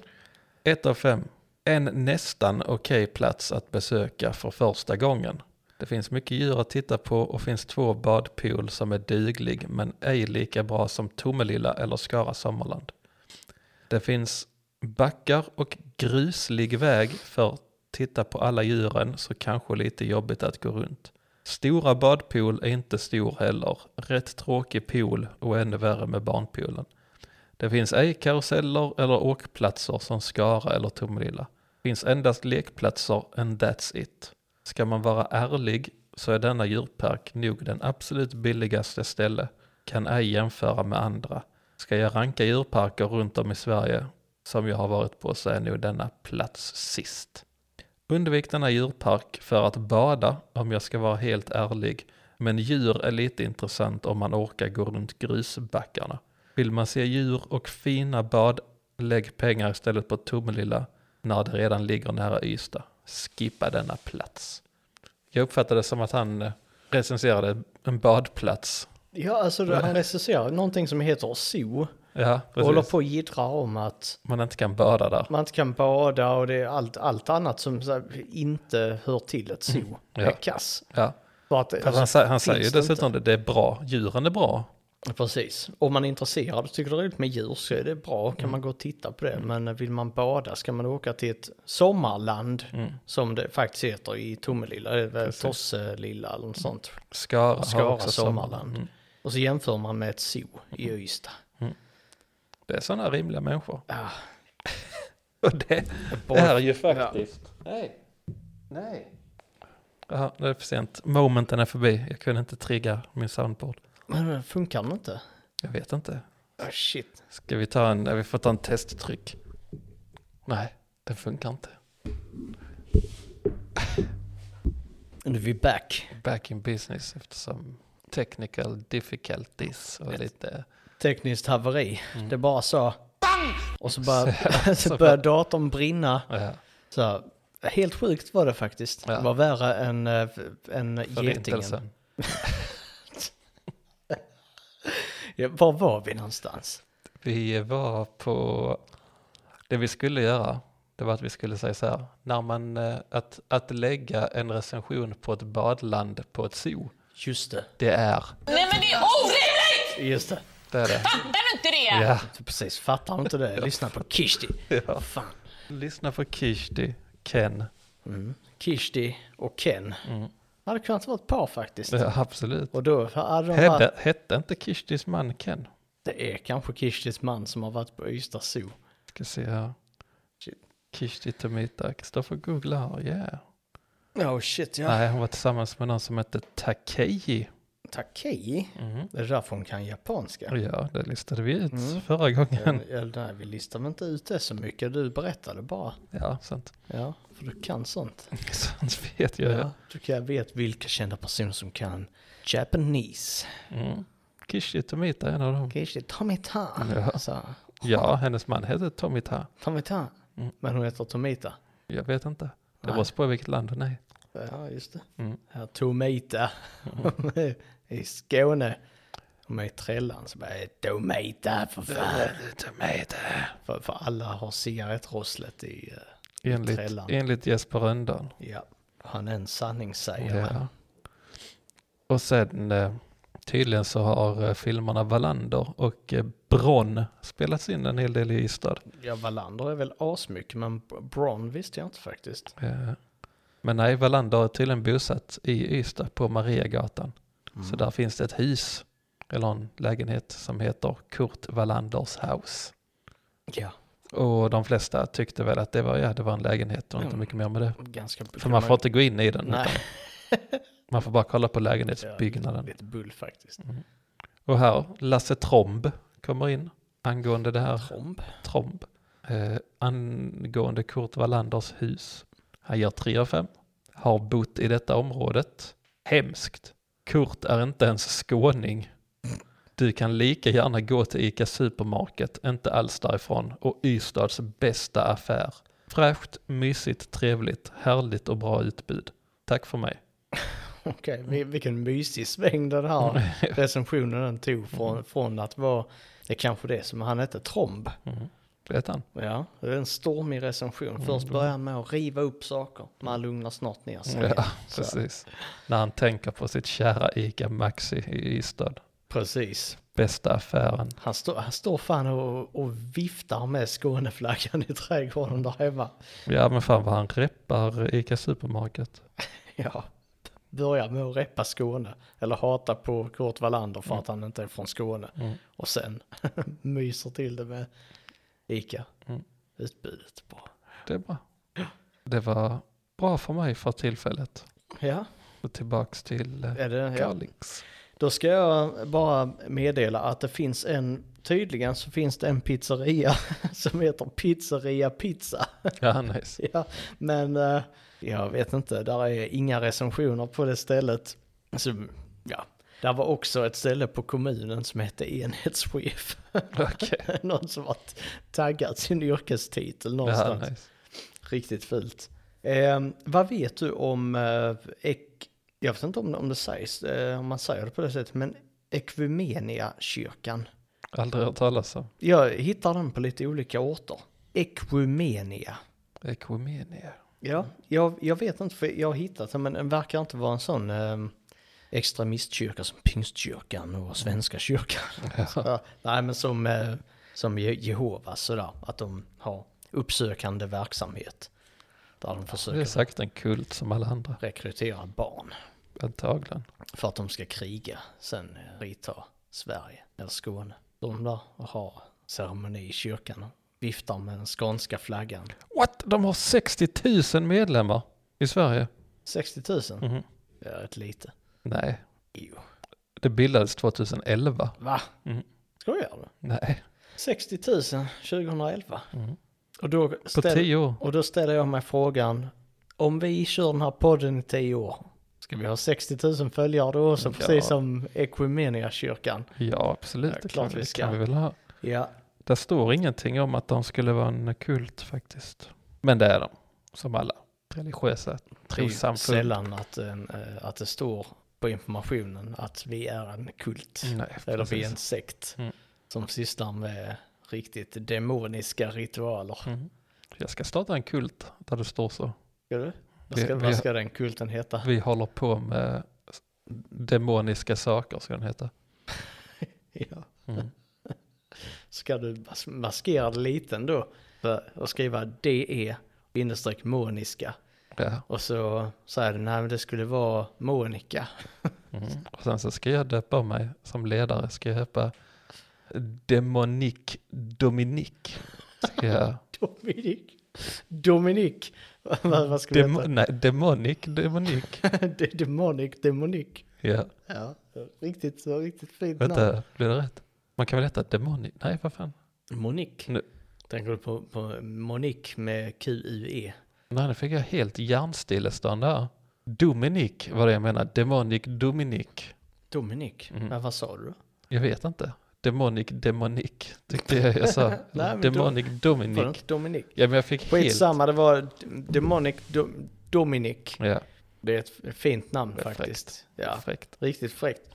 Ett av fem. En nästan okej plats att besöka för första gången. Det finns mycket djur att titta på och finns två badpool som är duglig men ej lika bra som Tomelilla eller Skara Sommarland. Det finns backar och gruslig väg för titta på alla djuren så kanske lite jobbigt att gå runt. Stora badpool är inte stor heller, rätt tråkig pool och ännu värre med barnpoolen. Det finns ej karuseller eller åkplatser som Skara eller Tomelilla. Finns endast lekplatser and that's it. Ska man vara ärlig så är denna djurpark nog den absolut billigaste ställe. Kan ej jämföra med andra. Ska jag ranka djurparker runt om i Sverige som jag har varit på så är nog denna plats sist. Undvik denna djurpark för att bada om jag ska vara helt ärlig. Men djur är lite intressant om man orkar gå runt grusbackarna. Vill man se djur och fina bad, lägg pengar istället på Tomelilla när det redan ligger nära Ystad. Skippa denna plats. Jag uppfattade det som att han eh, recenserade en badplats.
Ja, alltså det- han recenserar någonting som heter zoo.
Ja,
Och håller
precis.
på och jiddrar om att
Man inte kan bada där.
man inte kan bada och det är allt, allt annat som så här, inte hör till ett zoo. Det
Mm. Ja.
är kass.
Ja.
För att,
Fast han, sä- han säger ju
finns det
dessutom det, det är bra. Djuren är bra.
alltså, Precis. Om man är intresserad och tycker det är roligt med djur så är det bra.
Mm.
Kan man gå och titta på det. Men vill man bada ska man åka till ett sommarland
Mm.
som det faktiskt heter i Tomelilla. Det är väl Tosselilla eller något sånt.
Skara, har
Skara
också
sommarland.
Mm.
Och så jämför man med ett zoo i Ystad.
Det är sådana rimliga människor.
Ah,
Och det, det här är ju faktiskt... Nej. Nej. Ja, det är för sent. Momenten är förbi. Jag kunde inte trigga min soundboard.
Men funkar den inte?
Jag vet inte.
Ah, shit.
Ska vi ta en, vi får ta en testtryck. Nej, det funkar inte.
Nu är vi back.
Back in business eftersom technical difficulties och lite...
Tekniskt haveri.
Mm.
Det bara så... Och så, bara, så började datorn brinna.
Ja,
Så, här, helt sjukt var det faktiskt.
Ja.
Det var värre än, eh, än getingen.
förintelsen.
Ja, var var vi någonstans?
Vi var på... Det vi skulle göra, det var att vi skulle säga så här. När man, eh, att, att lägga en recension på ett badland på ett zoo,
Just det.
det är...
Nej men det är orimligt!
Just det.
Det är det.
Fattar du inte det?
Ja.
Precis, fattar inte det. Lyssna på Kishti.
ja.
Fan.
Lyssna på Kishti, Ken.
Kishti och Ken. Hade kunnat vara ett par faktiskt.
Mm. Ja, absolut.
Och då hade de varit...
Hette, hette inte Kishtis man Ken?
Det är kanske Kishtis man som har varit på Ystad Zoo.
Ska se här.
Shit.
Kishti Tomita, Kristoffer googlar, här, yeah.
Oh shit, ja.
Nej, hon var tillsammans med någon som hette Takei.
Takei.
Mm.
Det är därför hon kan japanska.
Ja, det listade vi ut
Mm.
förra gången.
Ja, nej, vi listade inte ut det så mycket. Du berättade bara.
Ja, sant.
Ja, för du kan sånt.
Sånt vet jag. Ja.
Du kan, jag vet vilka kända personer som kan Japanese.
Mm. Kishti Tomita är en av dem.
Kishti Tomita.
Ja.
Alltså,
Ja, hennes man hette Tomita.
Tomita. Men hon heter Tomita.
Jag vet inte. Det
Nej.
beror på vilket land hon är i.
Ja, just det.
Mm.
Ja, Tomita. I Skåne. Hon är i Trällan så bara Tomita för fan.
Tomita.
För, för alla har cigarettrosslet i... eh,
Enligt,
Trällan.
enligt Jesper Rönndahl.
Ja. Han är en sanningssägare.
Ja. Och sen eh, tydligen så har eh, filmerna Wallander och eh, Bronn spelats in en hel del i Ystad.
Ja, Wallander är väl asmycket, men Bron visste jag inte faktiskt.
Eh, Men nej, Wallander är tydligen bosatt i Ystad på Mariagatan. Så där finns det ett hus, eller en lägenhet som heter Kurt Wallanders house.
Ja,
Och de flesta tyckte väl att det var, ja, det var en lägenhet och inte
Mm.
mycket mer med det.
ganska...
För man får inte gå in i den,
Nej.
utan man får bara kolla på
Ja,
lägenhetsbyggnaden.
lite bull faktiskt.
Mm. Och här, Lasse Tromb kommer in angående det här
Tromb.
Tromb. Eh, angående Kurt Wallanders hus. Han ger 3 av 5. Har bott i detta området. Hemskt. Kurt är inte ens skåning. Du kan lika gärna gå till ICA Supermarket, inte alls därifrån, och Ystads bästa affär. Fräscht, mysigt, trevligt, härligt och bra utbud. Tack för mig.
Okej, vil-
Mm.
vilken mysig sväng den här recensionen den
Mm.
tog från, från att vara, det är kanske det som han hette, Tromb.
Mm. Vet han?
Ja, det är en stormig
Mm.
recension. Först börjar han med att riva upp saker, man lugnar snart ner sig.
Ja,
Så-
precis. När han tänker på sitt kära ICA Maxi i Ystad.
Precis.
Bästa affären.
Han, står han står fan och, och viftar med Skåneflaggan i trädgården där hemma.
Ja men fan vad han reppar ICA Supermarket.
Ja, börjar med att reppa Skåne. Eller hata på Kurt Wallander för att han inte är från Skåne. Och sen myser till det med Ica. Utbudet bara.
Det är bra. Det var bra för mig för tillfället.
Ja,
Och tillbaks till eh,
är det, ja.
Kalix.
Då ska jag bara meddela att det finns en, tydligen så finns det en pizzeria som heter Pizzeria Pizza.
Ja, nice.
Ja, men eh, jag vet inte, där är inga recensioner på det stället. Så, ja. Där var också ett ställe på kommunen som hette enhetschef.
Okej.
Någon som har taggat sin yrkestitel
Ja,
någonstans.
nice.
Riktigt fult. Eh, vad vet du om, eh, ek, jag vet inte om, om det sägs, eh, om man säger det på det sättet, men Equmeniakyrkan.
Aldrig hört talas om.
Jag hittar den på lite olika orter. Equmenia.
Ekumenia.
Ja, jag, jag vet inte, för jag har hittat den, men den verkar inte vara en sån eh, extremistkyrka som pingstkyrkan och svenska kyrkan. Så, nej, men som, eh, som Je- Jehovas sådär, att de har uppsökande verksamhet. Där de
Det är
försöker
säkert en kult som alla andra.
rekrytera barn
Antagligen.
för att de ska kriga sen eh, rita Sverige eller Skåne. De där och har ceremoni i kyrkan och viftar med den skånska flaggan.
What? De har 60 000 medlemmar i Sverige?
60 000?
Mhm.
Det är rätt lite.
Nej.
Jo.
Det bildades 2011.
Va?
Mm.
Skojar du?
Nej.
60 000 2011.
Mm.
Och, då
På
ställ,
10 år.
och då ställer jag mig frågan, om vi kör den här podden i 10 år, ska vi ha 60 000 följare då också,
Ja.
precis som Equmeniakyrkan?
Ja, absolut.
Ja,
det
klart
kan,
vi
det
ska.
kan vi väl ha.
Ja,
Det står ingenting om att de skulle vara en kult faktiskt. Men det är de. Som alla religiösa
det är ju
trossamfund.
sällan att, en, eh, att det står på informationen att vi är en kult,
Nej,
eller vi är en
Mm, precis.
sekt,
Mm.
som sysslar med riktigt demoniska ritualer.
Mm. Jag ska starta en kult där det står så.
Ska du? Vad
Vi-
ska,
vi
vad
har-
ska den kulten heta?
Vi håller på med s- demoniska saker, ska den heta.
Ja.
Mm.
ska du mas- maskera det lite ändå För- och skriva DE bindestreck moniska
Ja.
och så säger du nej men det skulle vara Monica.
Mm. Och sen så ska jag döpa mig som ledare, ska jag heta Demonik Dominik. Ska jag,
Dominik. Dominik. vad, vad skulle
Demo,
det
nej, Demonik Demonik.
heta? De- Demonic, demonik.
Ja,
Ja, riktigt, så riktigt fint namn.
vänta, blir det rätt? Man kan väl heta Demonik? Nej, vad fan.
Monik.
Nu.
Tänker du på, på Monik med E? Q-U-E?
Nej, nu fick jag helt hjärnstillestånd där. Dominik var det jag menade. Demonic Dominik.
Dominik.
Mhm.
Men vad sa du?
Jag vet inte. Demonic Demonik tyckte jag jag sa.
men då-
Demonic
Var det
Dominik.
inte Dominik?
Ja, men jag fick helt...
Skitsamma, det var Demonic Dom- Dominic.
Ja,
Det är ett fint namn
Det är
faktiskt. Ja,
fräckt.
riktigt fräckt.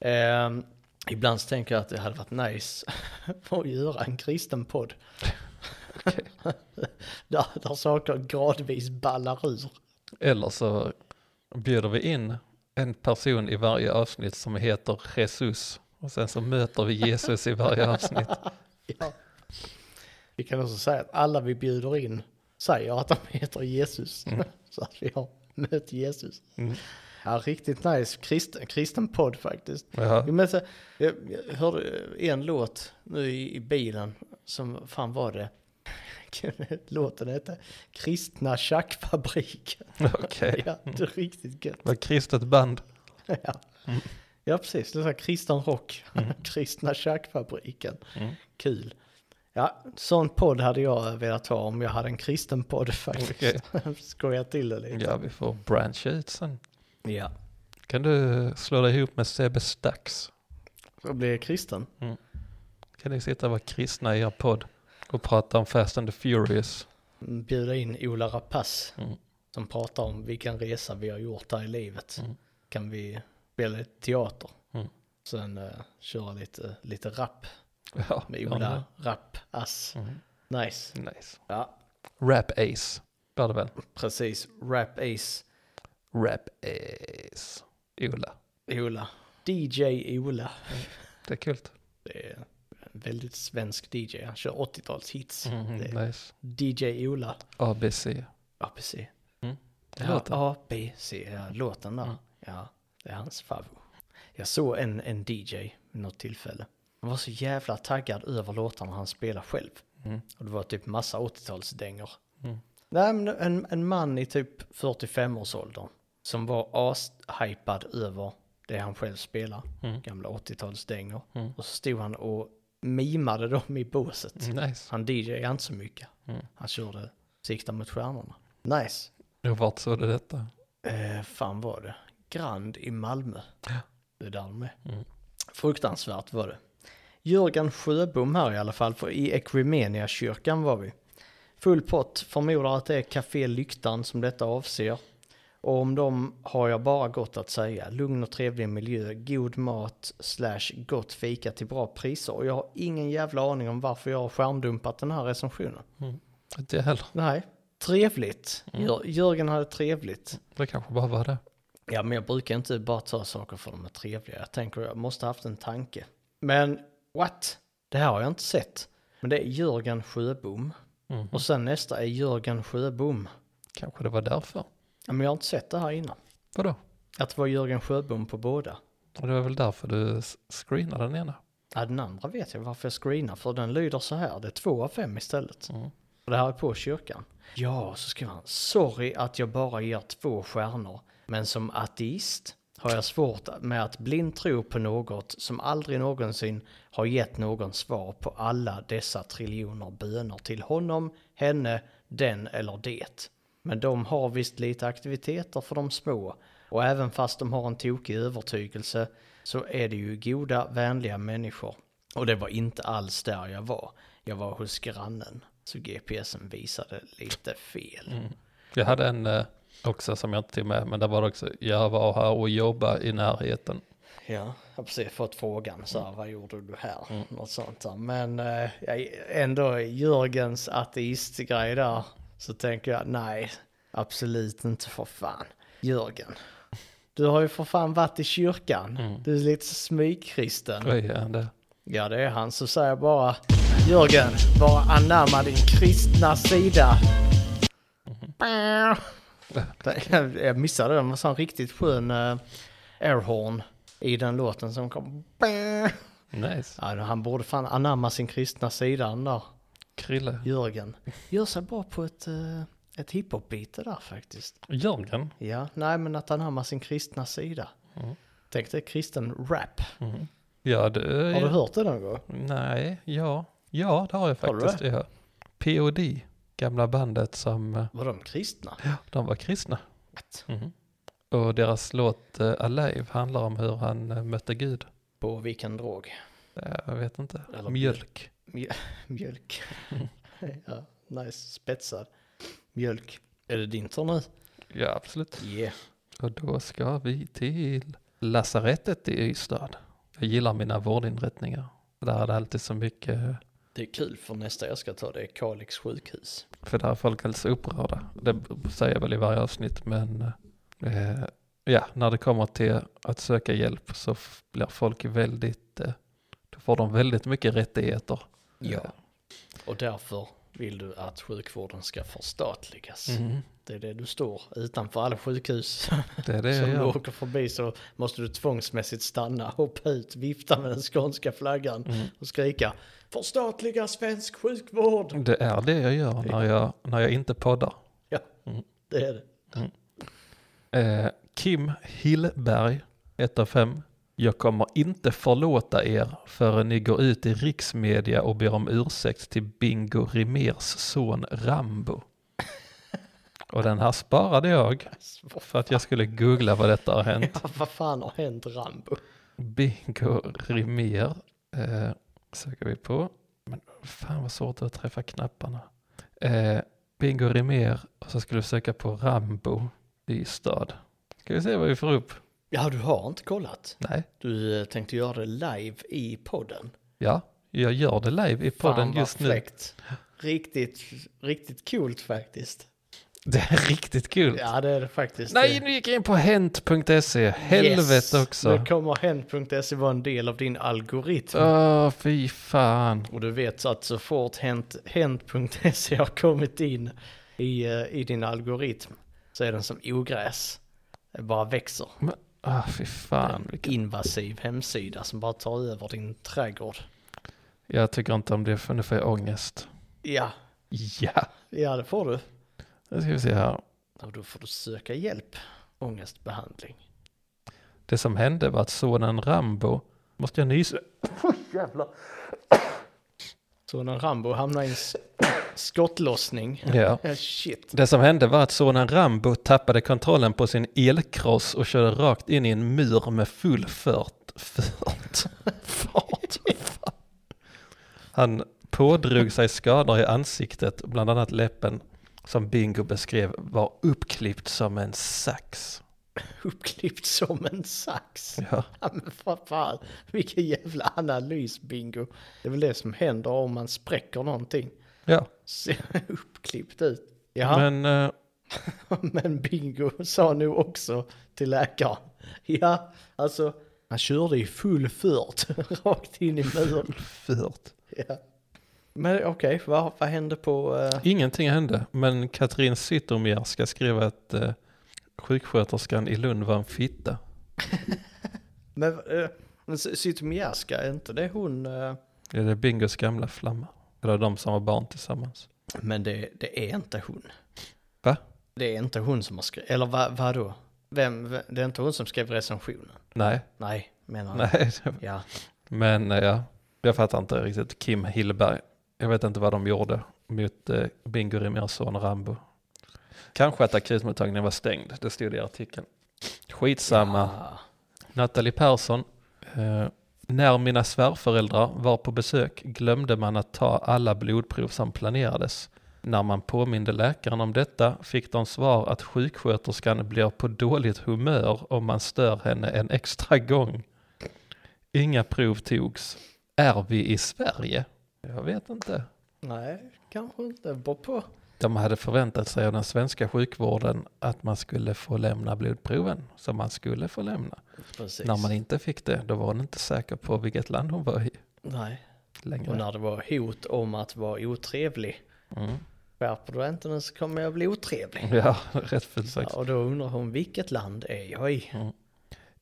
Ehm, ibland så tänker jag att det hade varit nice att göra en kristen podd. där, där saker gradvis ballar ur.
Eller så bjuder vi in en person i varje avsnitt som heter Jesus. Och sen så möter vi Jesus i varje avsnitt.
Ja. Vi kan också säga att alla vi bjuder in säger att de heter Jesus. så att vi har mött Jesus. Ja, riktigt nice kristen, kristen podd faktiskt.
Ja.
Jo, Men så, jag, jag hörde en låt nu i, i bilen som fan var det? Låten hette Kristna Schackfabriken.
Okej.
Ja, det är riktigt gött.
Vad kristet band.
Ja, ja precis. Det är så här kristen rock.
Mm.
Kristna Schackfabriken. Kul. Ja, sån podd hade jag velat ha om jag hade en kristen podd faktiskt. Skoja till det lite.
Ja, vi får brancha ut sen.
Ja.
Kan du slå dig ihop med Sebbe Stax?
Så blir jag kristen.
Kan ni sitta och vara kristna i er podd och prata om Fast and the Furious?
bjuda in Ola Rapace
Mm.
som pratar om vilken resa vi har gjort här i livet. kan vi spela lite teater.
Mm.
Sen eh, köra lite, lite rap
Ja,
med
ja,
Ola, rap, ass.
Mm.
Nice.
Nice.
Ja,
Rap Ace. Blir det väl?
precis. Rap Ace,
Rap Ace. Ola.
Ola. DJ Ola.
Det är kul.
Det är en väldigt svensk DJ. Han kör 80-talshits.
Mhm,
Mm, Det är
Nice.
DJ Ola.
ABC.
APC.
Mm. Det
Ja,
låter.
APC, ja, låten där.
Mm.
Ja, det är hans favorit. Jag såg en, en DJ vid något tillfälle. Han var så jävla taggad över låtarna han spelade själv.
Mm.
Och det var typ massa 80-talsdängor.
Mm.
Nej, men en, en man i typ 45-årsåldern som var ashypad över det han själv spelar.
Mm.
Gamla 80-talsdängor.
Mm.
Och så stod han och mimade dem i båset.
Nice.
Han DJade inte så mycket.
Mm.
Han körde sikta mot stjärnorna. Nice.
Och vart såg du detta?
Eh, fan var det? Grand i Malmö. Det är där de är.
Mm.
Fruktansvärt var det. Jörgen Sjöbom här i alla fall, för i Equimenia kyrkan var vi. Full pott, förmodar att det är Café Lyktan som detta avser. Och om dem har jag bara gott att säga. Lugn och trevlig miljö, god mat, slash gott fika till bra priser. Och jag har ingen jävla aning om varför jag har skärmdumpat den här recensionen.
Inte jag heller.
Nej. Trevligt. Jör- Jörgen hade trevligt.
Det kanske bara var det.
Ja, men jag brukar inte bara ta saker för de är trevliga. Jag tänker, jag måste ha haft en tanke. Men what? Det här har jag inte sett. Men det är Jörgen Sjöbom.
Mhm.
Och sen nästa är Jörgen Sjöbom.
Kanske det var därför.
Ja, men jag har inte sett det här innan.
Vadå?
Att det var Jörgen Sjöbom på båda.
Och det var väl därför du s- screenade den ena.
Ja, den andra vet jag varför jag screenar, för den lyder så här. Det är två av fem istället.
Mm.
Och det här är på kyrkan. Ja, så skriver han. Sorry att jag bara ger två stjärnor, men som ateist har jag svårt med att blind tro på något som aldrig någonsin har gett någon svar på alla dessa triljoner böner till honom, henne, den eller det. Men de har visst lite aktiviteter för de små och även fast de har en tokig övertygelse så är det ju goda, vänliga människor. Och det var inte alls där jag var. Jag var hos grannen. Så GPSen visade lite fel.
Jag hade en eh, också som jag inte tog med, men det var det också, jag var här och jobba i närheten.
Ja, jag har precis fått frågan så här, vad gjorde du här? Något sånt där. Men eh, jag- ändå Jörgens ateistgrej där, så tänker jag nej, absolut inte för fan. Jörgen, du har ju för fan varit i kyrkan. Du är lite smygkristen.
Oj, ja, det,
Ja, det är han. Så säger jag bara, Jörgen, bara anamma din kristna sida. Jag- Jag missade den, det var en riktigt skön eh, airhorn i den låten som kom.
nice.
Ja, han borde fan anamma sin kristna sida den där,
Krille.
Jörgen. Gör sig bra på ett, eh, ett hiphop-beat det där faktiskt.
Jörgen.
Ja, nej men att anammar sin kristna sida. Tänk dig kristen rap.
Mhm. Ja, du.
Har du hört det någon gång?
Nej, ja. Ja, det har jag
Har du
faktiskt. Ja. POD, gamla bandet som, eh,
Var de kristna?
de var kristna. Mhm. Och deras låt eh, Alive handlar om hur han eh, mötte Gud.
På vilken drog?
Eh, Jag vet inte.
Eller-
Mjölk.
Mjö- mjölk. ja, nice, spetsad. Mjölk. Är det din tur nu?
Ja, absolut.
Yeah.
Och då ska vi till lasarettet i Ystad. Jag gillar mina vårdinrättningar. Där är det alltid så mycket,
Det är kul för nästa jag ska ta det är Kalix sjukhus.
för där är folk alldeles upprörda. Det säger jag väl i varje avsnitt, men eh, ja, när det kommer till att söka hjälp så f- blir folk väldigt, eh, då får de väldigt mycket rättigheter.
Ja. Och därför vill du att sjukvården ska förstatligas.
Mhm.
Det är det du står utanför alla sjukhus.
Det är det jag
Som du
gör.
åker förbi så måste du tvångsmässigt stanna, hoppa ut, vifta med den skånska flaggan och skrika förstatliga svensk sjukvård.
Det är det jag gör när jag, när jag inte poddar.
Ja, det är det.
Eh, Kim Hillberg, 1 av 5. Jag kommer inte förlåta er förrän ni går ut i riksmedia och ber om ursäkt till Bingo Rimers son Rambo. Och den här sparade jag för att jag skulle googla vad detta har hänt.
Ja, vad fan har hänt Rambo?
Bingo Rimér eh, söker vi på. Men fan vad svårt att träffa knapparna. Eh, Bingo Rimér och så skulle vi söka på Rambo Ystad. Ska vi se vad vi får upp.
Ja, du har inte kollat.
Nej,
Du eh, tänkte göra det live i podden.
ja, jag gör det live i podden
vad
just nu.
fräckt. Riktigt, riktigt coolt faktiskt.
Det är riktigt kul.
Ja, det är det faktiskt. Eh,
Nej, nu gick jag in på hent.se. Helvete
Yes.
också.
Nu kommer hen.se vara en del av din algoritm.
Åh, fy fan.
Och du vet att så fort Hent- hent.se har kommit in i, eh, i din algoritm så är den som ogräs. Det bara växer.
Men, åh, fy fan. Vilken...
Invasiv hemsida som bara tar över din trädgård.
Jag tycker inte om det, för nu får jag ångest.
Ja,
Ja,
ja det får du.
nu ska vi se här.
Och då får du söka hjälp. Ångestbehandling.
Det som hände var att sonen Rambo, måste jag nysa?
Så när Rambo hamnar i en s- skottlossning.
Ja.
Eh, Shit.
Det som hände var att sonen Rambo tappade kontrollen på sin elkross och körde rakt in i en mur med full fört, fört, fart. Fan. Han pådrog sig skador i ansiktet, bland annat läppen, som Bingo beskrev var uppklippt som en sax.
Uppklippt som en sax.
Ja,
Ja, men vad fan, vilken jävla analys bingo. Det är väl det som händer om man spräcker någonting.
ja.
Ser uppklippt ut. Ja,
men eh,
men, bingo sa nu också till läkaren. Ja, alltså. Han körde i full fart rakt in i muren.
fört.
Ja. Men okej, vad, vad hände på... eh,
Ingenting hände, men Katrin Zytomierska ska skriva att eh, sjuksköterskan i Lund var en fitta.
men eh, men Sy- Zytomierska, är inte det hon... eh,
Det är Bingos gamla flamma. Eller de som var barn tillsammans.
Men det, det är inte hon.
Va?
Det är inte hon som har skrivit, eller vad, vad då? Vem, vem, det är inte hon som skrev recensionen?
Nej,
Nej, menar han.
nej.
Ja,
Men eh, ja, jag fattar inte riktigt. Kim Hillberg. Jag vet inte vad de gjorde mot eh, Bingo Rimérs son Rambo. Kanske att akutmottagningen var stängd, det stod i artikeln. Skitsamma.
Ah,
Nathalie Persson. Eh, när mina svärföräldrar var på besök glömde man att ta alla blodprov som planerades. När man påminde läkaren om detta fick de svar att sjuksköterskan blir på dåligt humör om man stör henne en extra gång. Inga prov togs. Är vi i Sverige? Jag vet inte.
nej, kanske inte. Beror på.
De hade förväntat sig av den svenska sjukvården att man skulle få lämna blodproven som man skulle få lämna.
Precis.
När man inte fick det, då var hon inte säker på vilket land hon var i
Nej, och
längre.
när det var hot om att vara otrevlig.
Mm.
Skärper du inte nu så kommer jag bli otrevlig.
Ja, rätt fult
Ja,
sagt.
och då undrar hon, vilket land är jag i?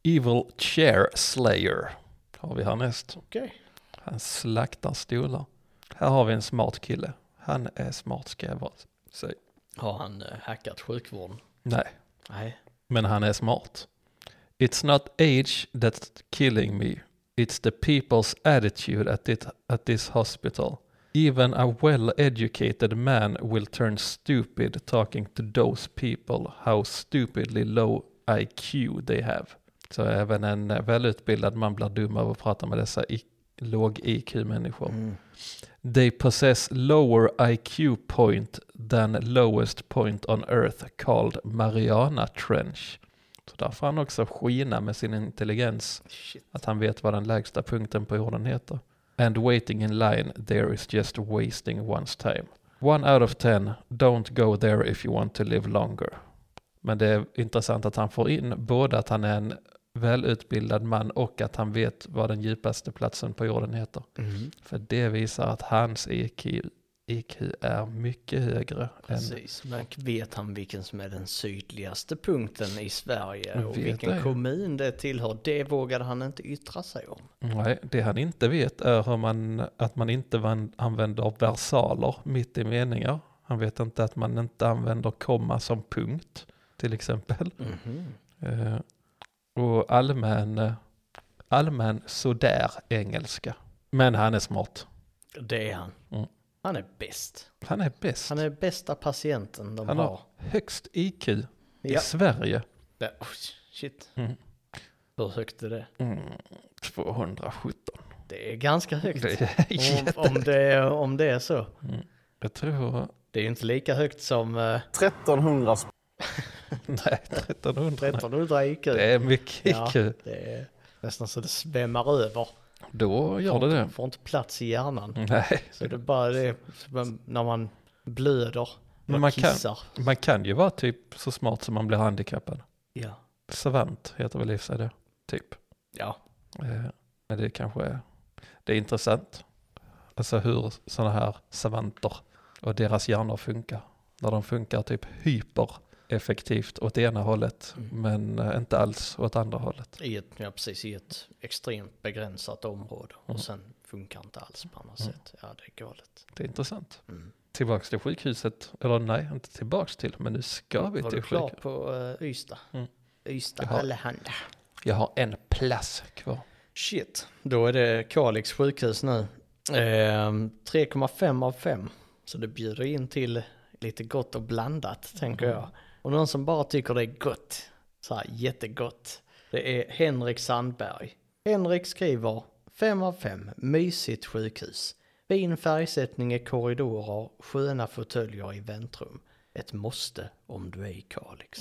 Evil Chair Slayer har vi härnäst.
Okej.
Han slaktar stolar. Här har vi en smart kille. Han är smart ska jag vara. Säg.
Har han eh, hackat sjukvården?
Nej,
Nej.
men han är smart. It's not age that's killing me. It's the people's attitude at, it, at this hospital. Even a well-educated man will turn stupid talking to those people how stupidly low IQ they have. Så även en eh, välutbildad man blir dum av att prata med dessa i- låg-IQ-människor. They possess lower IQ point than lowest point on earth called Mariana Trench. Så där får han också skina med sin intelligens
Shit.
att han vet vad den lägsta punkten på jorden heter. And waiting in line there is just wasting one's time. One out of ten, don't go there if you want to live longer. Men det är intressant att han får in både att han är en välutbildad man och att han vet vad den djupaste platsen på jorden heter.
Mm.
För det visar att hans IQ, IQ är mycket högre än
Precis, men vet han vilken som är den sydligaste punkten i Sverige
Men
och
vet
vilken
jag.
kommun det tillhör? Det vågade han inte yttra sig om.
Nej, det han inte vet är hur man, att man inte van- använder versaler mitt i meningar. Han vet inte att man inte använder komma som punkt, till exempel. Eh, och allmän, eh, allmän sådär engelska. Men han är smart.
Det är han.
Mm.
Han är bäst.
Han är bäst.
Han är bästa patienten de
Han
har.
har högst IQ i
Ja.
Sverige.
Det, oh, shit.
Mm.
Hur högt är det?
Mm, 217.
Det är ganska högt.
Det är jätte...
om, om, det, om det är så.
Jag tror...
Det är ju inte lika högt som... eh,
1300
Nej, 1300.
1300 IQ.
Det är mycket IQ.
Ja, det är nästan så det svämmar över.
Då gör det det.
Får inte plats i hjärnan.
Nej,
Så det är bara det man- när man blöder,
Men
man,
man kan-
kissar.
man kan ju vara typ så smart som man blir handikappad.
Ja.
Savant heter väl i och för sig det, typ.
ja.
Eh, Men det kanske är, det är intressant. Alltså hur sådana här savanter och deras hjärnor funkar. När de funkar typ hypereffektivt åt ena hållet
Mm.
men eh, inte alls åt andra hållet.
I ett, ja, precis, i ett extremt begränsat område.
Mm.
Och sen funkar inte alls på annat sätt. Ja, det är galet.
Det är intressant.
Mm.
Tillbaks till sjukhuset, eller nej, inte tillbaks till, men nu ska vi
Var
till
du klar
sjukhuset.
på uh, Ystad?
Mm.
Ystad
Jaha.
Allehanda.
Jag har en plats kvar.
Shit. Då är det Kalix sjukhus nu. Ehm, 3,5 av 5. Så det bjuder in till lite gott och blandat, tänker jag. Och någon som bara tycker det är gott, så här jättegott, det är Henrik Sandberg. Henrik skriver 5 av 5, mysigt sjukhus. Fin färgsättning i korridorer, sköna fåtöljer i väntrum. Ett måste om du är i Kalix.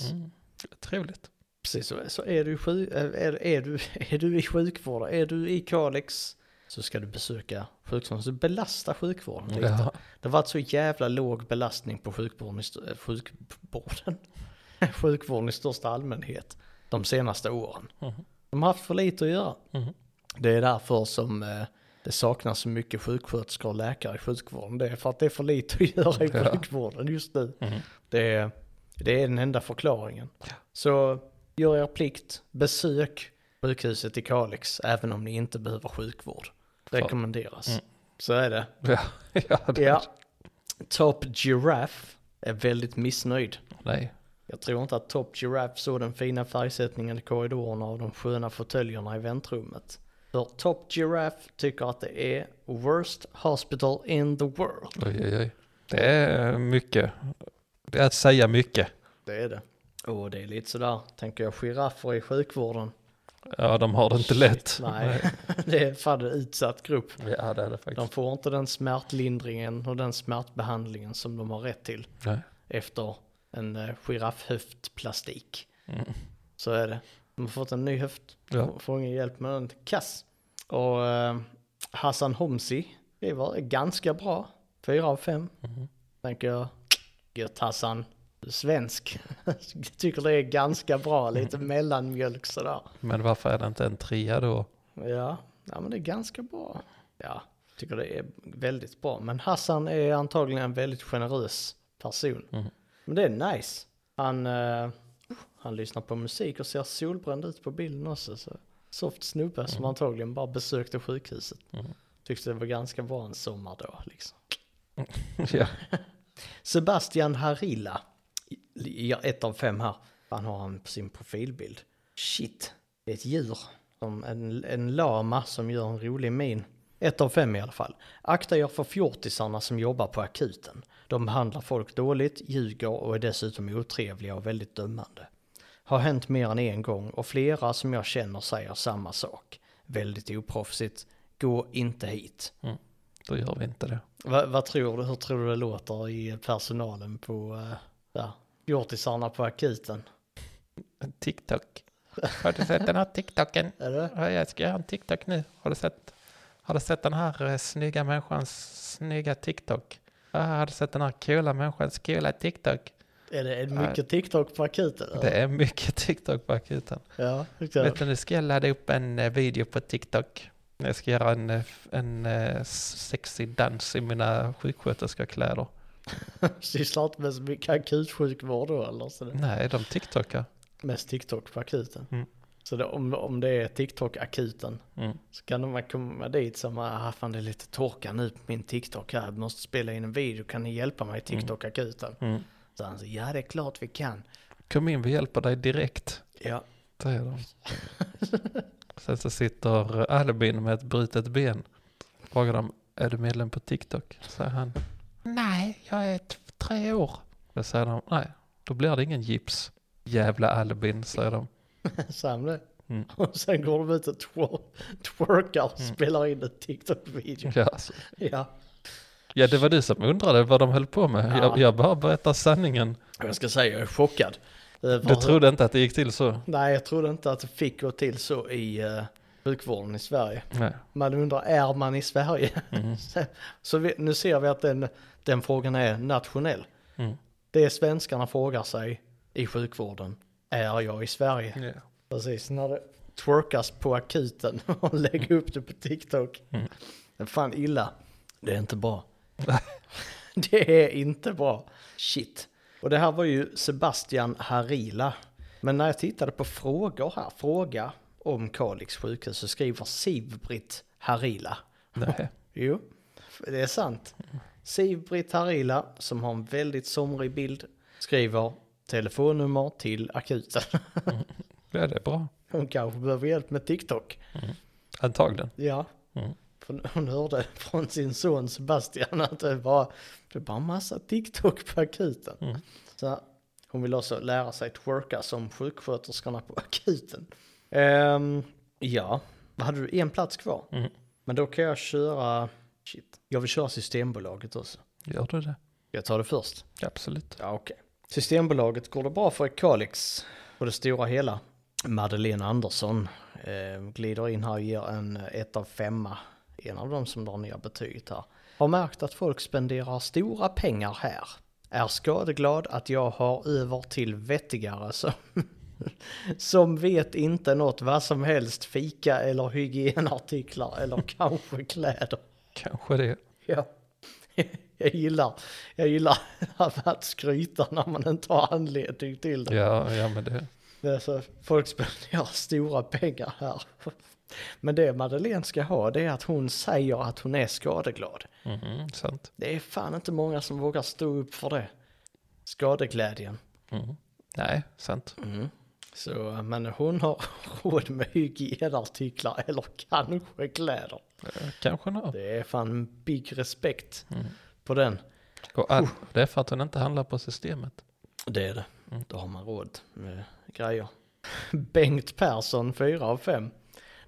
Trevligt.
Precis, så, så är, du sju, är, är, du, är du i sjukvården, är du i Kalix så ska du besöka sjukvården. Så belasta sjukvården lite.
Ja.
Det har varit så jävla låg belastning på sjukvården i, st- eh, sjukvården. sjukvården i största allmänhet de senaste åren.
Mhm.
De har haft för lite att göra. Det är därför som eh, det saknas så mycket sjuksköterskor och läkare i sjukvården. Det är för att det är för lite att göra i
Ja.
sjukvården just nu.
Mm.
Det, är, det är den enda förklaringen. Så gör er plikt, besök sjukhuset i Kalix även om ni inte behöver sjukvård. Rekommenderas. Så är det.
Ja, ja, det,
Ja. Top Giraffe är väldigt missnöjd.
Nej.
Jag tror inte att Top Giraffe såg den fina färgsättningen i korridorerna och de sköna fåtöljerna i väntrummet. För Top Giraffe tycker att det är worst hospital in the world.
Oj, oj, oj. Det är mycket. Det är att säga mycket.
Det är det. Och det är lite sådär, tänker jag, giraffer i sjukvården.
Ja, de har det inte lätt.
Nej, det är fan en utsatt grupp.
Ja, det är det
De
faktiskt.
får inte den smärtlindringen och den smärtbehandlingen som de har rätt till
Nej.
efter en eh, giraffhöftplastik.
Mm.
Så är det. De har fått en ny höft.
Ja.
Får- Får ingen hjälp med den. Kass. Och eh, Hassan Homsi. Det var ganska bra. Fyra av fem.
Mm-hmm.
Tänker jag. Gött Hassan. Du är Svensk. Jag tycker det är ganska bra. Lite mellanmjölk sådär.
Men varför är det inte en trea då?
Ja. ja, men det är ganska bra. Ja, tycker det är väldigt bra. Men Hassan är antagligen en väldigt generös person. Men det är nice. Han, eh, han lyssnar på musik och ser solbränd ut på bilden också. Så. Soft snubbe som antagligen bara besökte sjukhuset. Tyckte det var ganska bra en sommardag liksom.
Ja.
Sebastian Harila. I- i- Ett av fem här. Han har han på sin profilbild. Shit, det är ett djur. Som en, en lama som gör en rolig min. Ett av fem i alla fall. Akta er för fjortisarna som jobbar på akuten. De behandlar folk dåligt, ljuger och är dessutom otrevliga och väldigt dömande. Har hänt mer än en gång och flera som jag känner säger samma sak. Väldigt oproffsigt. Gå inte hit.
Då gör vi inte det.
Vad, vad tror du, hur tror du det låter i personalen på, eh, där, hjortisarna på akuten?
TikTok. Har du sett den här TikToken?
Är det?
Ja, Jag ska göra en TikTok nu. Har du sett, har du sett den här eh, snygga människans snygga TikTok? Ja, Har du sett den här coola människans coola TikTok?
Är det är det
Nej.
mycket TikTok på akuten? eller?
Det är mycket TikTok på akuten.
Ja, tyckte jag.
Vet du, nu ska jag ladda upp en eh, video på TikTok. Jag ska göra en, eh, f- en eh, sexy dans i mina sjuksköterskekläder.
sysslar inte med så mycket akutsjukvård då eller? Så det är
Nej, de TikTokar.
mest TikTok på akuten.
Mm.
Så det, om, om det är TikTok-akuten
Mm.
så kan de komma dit som, ah fan det är lite torka nu på min TikTok här, jag måste spela in en video, kan ni hjälpa mig i TikTok-akuten?
Mm.
Så han säger, ja det är klart vi kan.
Kom in, vi hjälper dig direkt.
Ja,
Det är de. Sen så sitter Albin med ett brutet ben. Frågar de, är du medlem på TikTok? Säger han. Nej, jag är t- tre år. Då säger de, nej, då blir det ingen gips. Jävla Albin, säger de.
samla.
Mm.
Och sen går de ut och twer- twerkar och spelar in en TikTok-video.
Ja, alltså.
Ja.
Ja, det var du som undrade vad de höll på med.
Ja.
Jag, jag bara berättar sanningen.
Jag ska säga, jag är chockad. Över
Du trodde inte att det gick till så?
Nej, jag trodde inte att det fick gå till så i eh, sjukvården i Sverige.
Nej.
Man undrar, är man i Sverige?
Mm.
så så vi, nu ser vi att den, den frågan är nationell.
Mm.
Det svenskarna frågar sig i sjukvården, är jag i Sverige? Precis, när det twerkas på akuten och lägger upp det på TikTok. Det är fan illa. Det är inte bra. det är inte bra. Shit. Och det här var ju Sebastian Harila. Men när jag tittade på frågor här, fråga om Kalix sjukhus, så skriver Siv-Britt Harila.
Nej.
Jo, det är sant. Siv-Britt Harila, som har en väldigt somrig bild, skriver telefonnummer till akuten.
Ja, det är bra.
Hon kanske behöver hjälp med TikTok.
Antagligen.
Ja.
Mm.
För hon hörde från sin son Sebastian att det var, det var massa TikTok på akuten. Så hon vill också lära sig twerka som sjuksköterskorna på akuten. Ehm, ja, vad hade du? En plats kvar. Men då kan jag köra, shit, jag vill köra Systembolaget också.
Gör du det?
Jag tar det först.
Absolut.
Ja, okej. Systembolaget går det bra för i Kalix på det stora hela. Madeleine Andersson eh, glider in här och ger en eh, ett av femma. En av dem som drar ner betyget här. Har märkt att folk spenderar stora pengar här. Är skadeglad att jag har över till vettigare som, som vet inte något vad som helst. Fika eller hygienartiklar eller kanske kläder.
Kanske det.
Ja. Jag gillar, jag gillar att skryta när man inte har anledning till det.
Ja, ja men det.
det är så, folk spenderar stora pengar här. Men det Madeleine ska ha det är att hon säger att hon är skadeglad.
Mhm, sant.
Det är fan inte många som vågar stå upp för det. Skadeglädjen.
Mhm. Nej, sant.
Så, men hon har råd med hygienartiklar eller kanske kläder.
Eh, Kanske något.
Det är fan big respekt på den.
Och all... Det är för att hon inte handlar på systemet.
Det är det. Då har man råd med grejer. Bengt Persson, 4 av 5.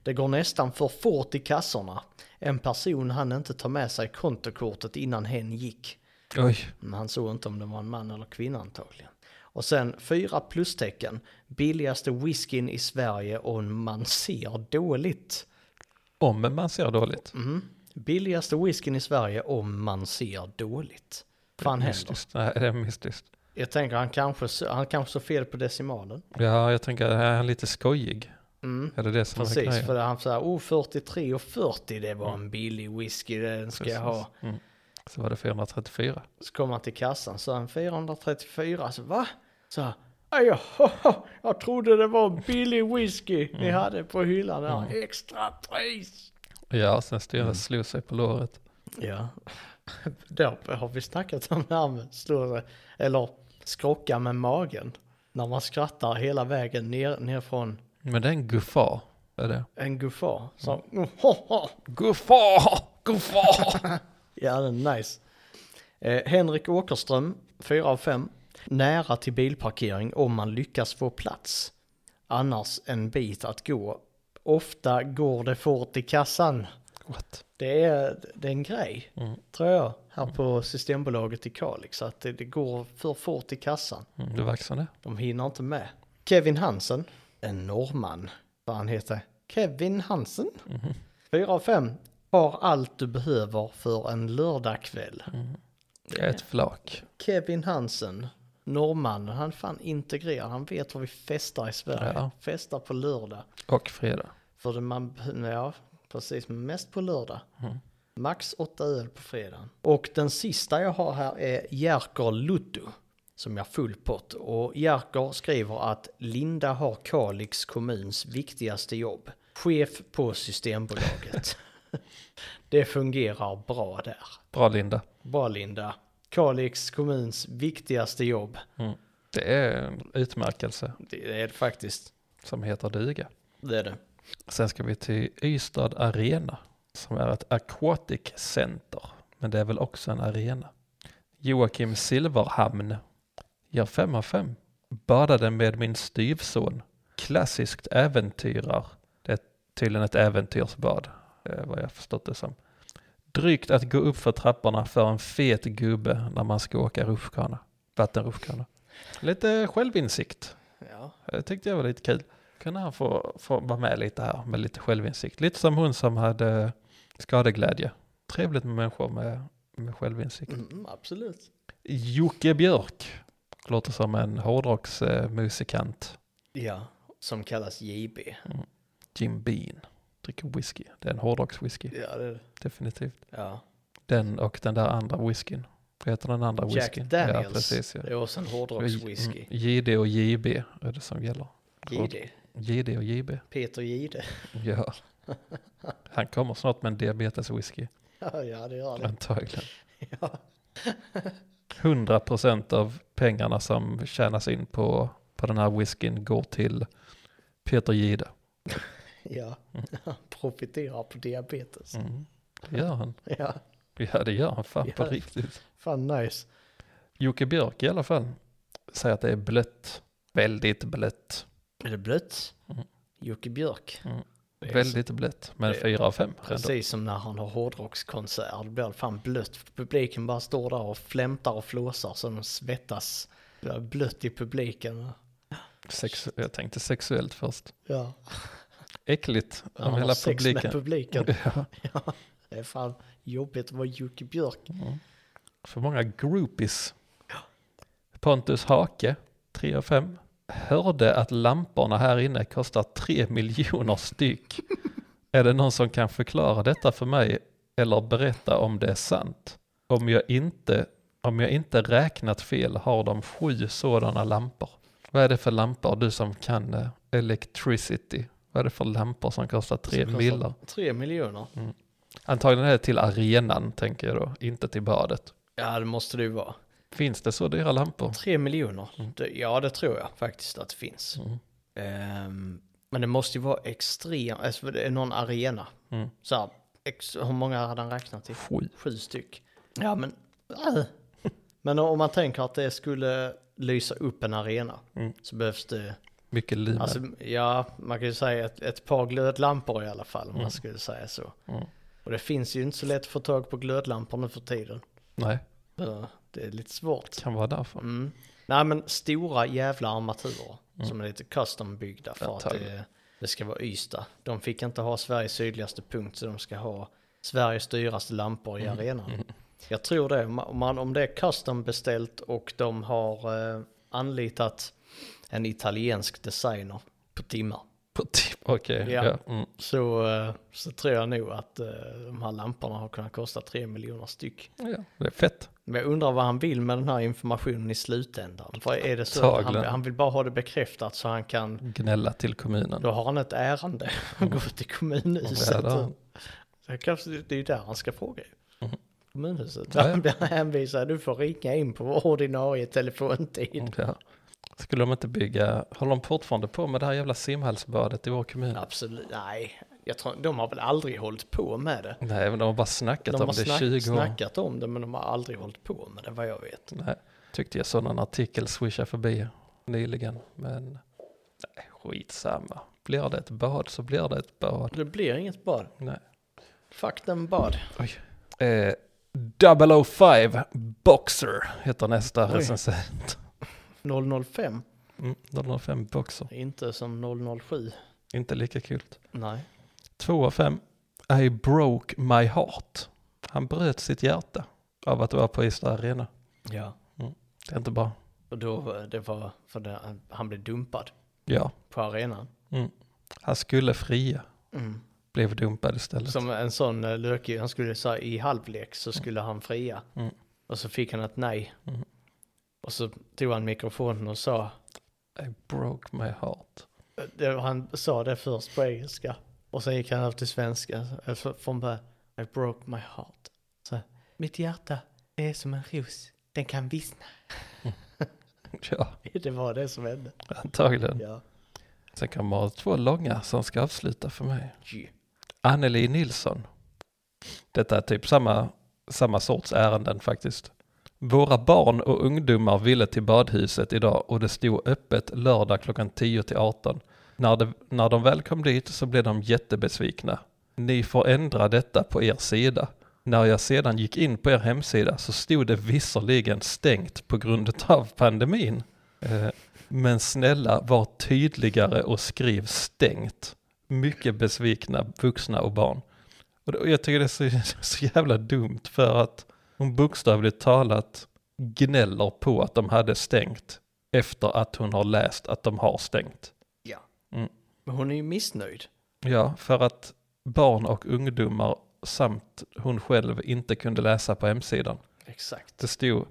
Det går nästan för fort i kassorna. En person hann inte ta med sig kontokortet innan hen gick.
Oj.
Men han såg inte om det var en man eller kvinna antagligen. Och sen fyra plustecken. Billigaste whiskyn i Sverige och man ser dåligt.
Om man ser dåligt.
Mm. Billigaste whiskyn i Sverige om man ser dåligt. Fan händer.
Mystiskt. Nej, det är mystiskt.
Jag tänker han kanske, han kanske såg fel på decimalen.
Ja, jag tänker, är han lite skojig?
Mm.
Är det det som är
Precis,
grejen? Mm.
för han sa oh 43 och 40 det var en billig whisky den ska jag ha.
Precis. Mm. Så var det 434.
Så kom han till kassan så han 434, så va? Så han, "Aj, ja, ho, ho, jag trodde det var en billig whisky ni
Mm.
hade på hyllan där, extra pris.
Ja, sen styrde
Mm.
slog sig på låret.
Ja, då har vi snackat om det här med slå sig, eller skrocka med magen. När man skrattar hela vägen ner, ner från
Men det är en guffar, är det?
en guffar. Så,
Mm.
ho, ho,
Guffar! Guffar!
Ja, den är nice. Eh, Henrik Åkerström, 4 av 5. Nära till bilparkering om man lyckas få plats. Annars en bit att gå. Ofta går det fort i kassan.
What?
Det är, det är en grej, tror jag, här på Systembolaget i Kalix. Att det, det går för fort i kassan.
Mm, du vaxar det?
De hinner inte med. Kevin Hansen, en norrman, vad han heter. Kevin Hansen? fyra av fem Har allt du behöver för en lördagkväll.
Det är ett flak.
Kevin Hansen, norrmannen, han är fan integrerad. Han vet hur vi festar i Sverige.
Ja.
Festar på lördag.
Och fredag.
För det man, ja, precis, men mest på lördag. Max åtta öl på fredagen. Och den sista jag har här är Jerker Lutto, som jag full pott. Och Jerker skriver att Linda har Kalix kommuns viktigaste jobb. Chef på Systembolaget. det fungerar bra där.
Bra Linda.
Bra Linda. Kalix kommuns viktigaste jobb.
Det är en utmärkelse
Det är det faktiskt.
som heter duga.
Det är det.
Sen ska vi till Ystad Arena som är ett aquatic center. Men det är väl också en arena. Joakim Silverhamn gör 5 av 5. Badade med min styvson. Klassiskt äventyrar. Det är tydligen ett äventyrsbad, eh, vad jag förstått det som. Drygt att gå upp för trapporna för en fet gubbe när man ska åka rutschkana. Vattenrutschkana. Lite självinsikt.
Ja.
Det tyckte jag var lite kul. Kunde han få, få vara med lite här med lite självinsikt. Lite som hon som hade skadeglädje. Trevligt med människor med, med självinsikt.
Mm, absolut.
Jocke Björk. Låter som en hårdrocksmusikant.
Ja. Som kallas JB.
Jim Bean. Dricker whisky. Det är en hårdrockswhisky,
Ja, det,
definitivt.
ja.
Den och den där andra whiskyn. Vad heter den andra
Jack
whiskyn?
Daniels.
Ja, precis. Ja.
Det är också en hårdrockswhisky.
Mm, JD och JB är det som gäller.
JD.
JD och JB.
Peter Jihde.
Ja. Han kommer snart med en diabeteswhisky,
Ja, ja, det gör det.
antagligen.
Ja.
100% av pengarna som tjänas in på, på den här whiskyn går till Peter Gide.
ja. Profiterar på diabetes.
Mm. Det gör han.
Ja.
Ja, det gör han fan på
Ja.
riktigt.
Fan nice.
Jocke Björk i alla fall säger att det är blött. Väldigt blött.
Är det blött?
Mm.
Jocke Björk.
Mm.
Det är
Väldigt blött, men
det-
4 av 5.
Precis som när han har hårdrockskonsert, då blir det fan blött. Publiken bara står där och flämtar och flåsar så de svettas. Det är blött i publiken.
Sex, jag tänkte sexuellt först.
Ja,
Äckligt
han
av
har
hela
sex
publiken.
med publiken.
Ja.
Ja, det är fan jobbigt att vara Jocke Björk.
För många groupies. Pontus Hake, 3 av 5. Hörde att lamporna här inne kostar 3 miljoner styck. är det någon som kan förklara detta för mig eller berätta om det är sant? Om jag inte, om jag inte räknat fel har de sju sådana lampor. Vad är det för lampor du som kan eh, electricity? Vad är det för lampor som Mm. kostar 3
Kostar
miljoner?
Tre miljoner.
Antagligen är det till arenan tänker jag då, inte till badet.
Ja, det måste det ju vara.
Finns det så dyra lampor?
Tre miljoner. Det, ja, det tror jag faktiskt att det finns.
Mm.
Ehm, men det måste ju vara extremt, alltså det är någon arena.
Mm.
Så här, ex, hur många hade han räknat till?
Sju.
sju styck. Ja, men... Äh. Men om man tänker att det skulle lysa upp en arena
Mm.
så behövs det...
Mycket lumen.
Alltså, ja, man kan ju säga ett, ett par glödlampor i alla fall om man skulle säga så.
Mm.
Och det finns ju inte så lätt att få tag på glödlampor nu för tiden.
Nej,
Så Eh, Det är lite svårt.
kan vara därför.
Mm. Nej, men stora jävla armaturer som är lite custom-byggda för att
Antagligen.
det, det ska vara Ystad. De fick inte ha Sveriges sydligaste punkt så de ska ha Sveriges dyraste lampor i arenan. Jag tror det, Om man, om det är custom-beställt och de har eh, anlitat en italiensk designer på timmar.
På tipp, Okej,
Ja.
ja. Mm.
Så, eh, så tror jag nog att eh, de här lamporna har kunnat kosta 3 miljoner styck.
ja. Det är fett.
Men jag undrar vad han vill med den här informationen i slutändan. Vad är det så? att Han,
Antagligen.
han vill bara ha det bekräftat så han kan...
Gnälla till kommunen.
Då har han ett ärende att gå till
Mm. Ja,
kommunhuset.
det har han. Mm.
Så det kanske, det är ju där han ska fråga. Kommunhuset.
Ja, ja.
Han blir hänvisad. Du får ringa in på vår ordinarie telefontid.
Mm, Ja. Skulle de inte bygga, håller de fortfarande på med det här jävla simhallsbadet i vår kommun?
Absolut. Nej, jag tror, de har väl aldrig hållit på med det.
Nej, men de har bara snackat
De
om
har
det i
snack,
20 år.
snackat om det men de har aldrig hållit på med det vad jag vet.
Nej. Tyckte jag såg någon artikel swisha förbi nyligen, men nej, skitsamma. Blir det ett bad så blir det ett bad.
Det blir inget bad.
Nej.
Fuck den bad.
Oj. Eh, 005 Boxer heter nästa
Oj.
recensent.
005.
Mm, 005 Boxer,
Inte som 007.
inte lika kul.
Nej.
2 av 5. I broke my heart. Han bröt sitt hjärta av att vara på Ystad Arena.
Ja.
Det är inte bra.
Och då var det var för det, han blev dumpad
Ja,
på arenan.
han skulle fria.
Mm.
Blev dumpad istället.
Som en sån eh, lökig, han skulle säga i halvlek så skulle han fria.
Mm.
Och så fick han ett nej.
Mm.
Och så tog han mikrofonen och sa, eh,
I broke my heart.
det, han sa det först på engelska. Och sen gick han över till svenska, eh, fr- från början, I broke my heart. Så, Mitt hjärta är som en ros, den kan vissna.
Ja,
Det var det som hände.
antagligen.
Ja.
Sen kommer två långa som ska avsluta för mig.
Gee.
Anneli Nilsson. Detta är typ samma, samma sorts ärenden faktiskt. Våra barn och ungdomar ville till badhuset idag och det stod öppet lördag klockan 10 till 18. När, det, när de väl kom dit så blev de jättebesvikna. Ni får ändra detta på er sida. När jag sedan gick in på er hemsida så stod det visserligen stängt på grund av pandemin. Eh, Men snälla, var tydligare och skriv stängt. Mycket besvikna vuxna och barn. Och det- och jag tycker det är så, så jävla dumt för att hon bokstavligt talat gnäller på att de hade stängt efter att hon har läst att de har stängt.
Ja.
Mm.
Men hon är ju missnöjd.
Ja, för att barn och ungdomar samt hon själv inte kunde läsa på hemsidan.
Exakt.
Det stod,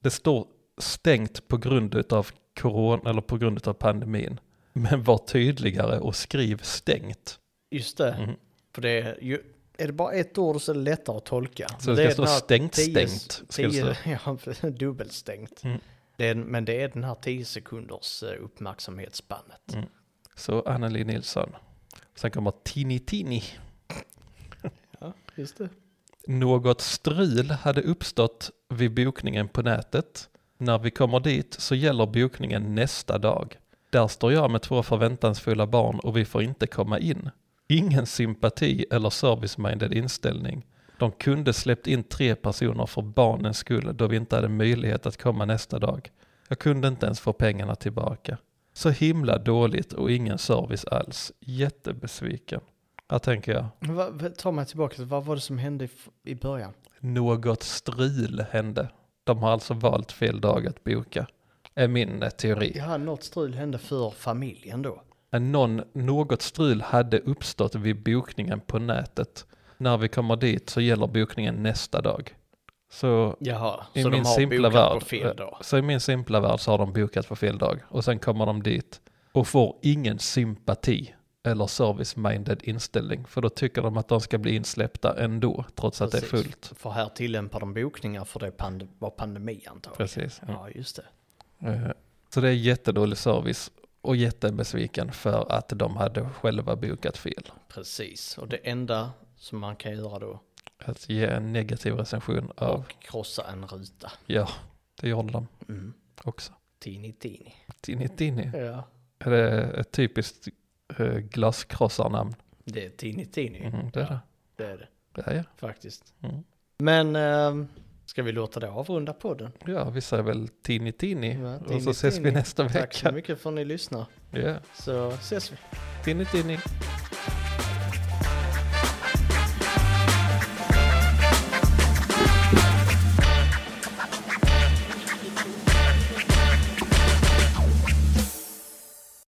det står stängt på grund av corona eller på grund av pandemin. Men var tydligare och skriv stängt.
Just det.
Mm.
För det är ju, är det bara ett ord så är det lättare att tolka.
Så det
är
ska stå
den här
stängt,
tio-
stängt, ska det
Tio, ja, dubbelstängt.
Mm.
Det är, men det är den här 10 sekunders eh, uppmärksamhetsspannet.
Mm. Så Anneli Nilsson. Sen kommer Tini Tini.
Ja, just det.
Något strul hade uppstått vid bokningen på nätet. När vi kommer dit så gäller bokningen nästa dag. Där står jag med två förväntansfulla barn och vi får inte komma in. Ingen sympati eller service-minded inställning. De kunde släppt in tre personer för barnens skull då vi inte hade möjlighet att komma nästa dag. Jag kunde inte ens få pengarna tillbaka. Så himla dåligt och ingen service alls. Jättebesviken. Här tänker jag,
Va, va, ta mig tillbaka, vad var det som hände i, f- i början?
något strul hände. De har alltså valt fel dag att boka, är min eh, teori.
Ja, något strul hände för familjen då.
Men någon, något strul hade uppstått vid bokningen på nätet. När vi kommer dit så gäller bokningen nästa dag. Så
Jaha,
I
så de
min
har
simpla
bokat
värld,
på fel
eh,
dag.
Så i min simpla värld så har de bokat på fel dag och sen kommer de dit och får ingen sympati eller service-minded inställning för då tycker de att de ska bli insläppta ändå trots att det är
Precis.
fullt.
För här tillämpar de bokningar för det pand- var pandemi antagligen.
Precis. Mm.
Ja, just det.
Eh, Så det är jättedålig service och jättebesviken för att de hade själva bokat fel.
Precis, och det enda som man kan göra då
Att ge en negativ recension av,
och krossa en ruta.
ja, det gjorde de
Mm.
också.
Tini tini.
Tini Tini,
Ja.
är det ett typiskt eh, glaskrossarnamn?
Det är tini tini.
Mm, det är det.
Det är det
Ja, ja.
faktiskt.
Mm.
Men ehm, ska vi låta det avrunda podden?
ja, vi säger väl Tini Tini
Ja,
och så
Tini
ses vi
Tini.
nästa
Tack så
vecka.
mycket för att ni lyssnar.
Ja,
Så ses vi.
Tini Tini.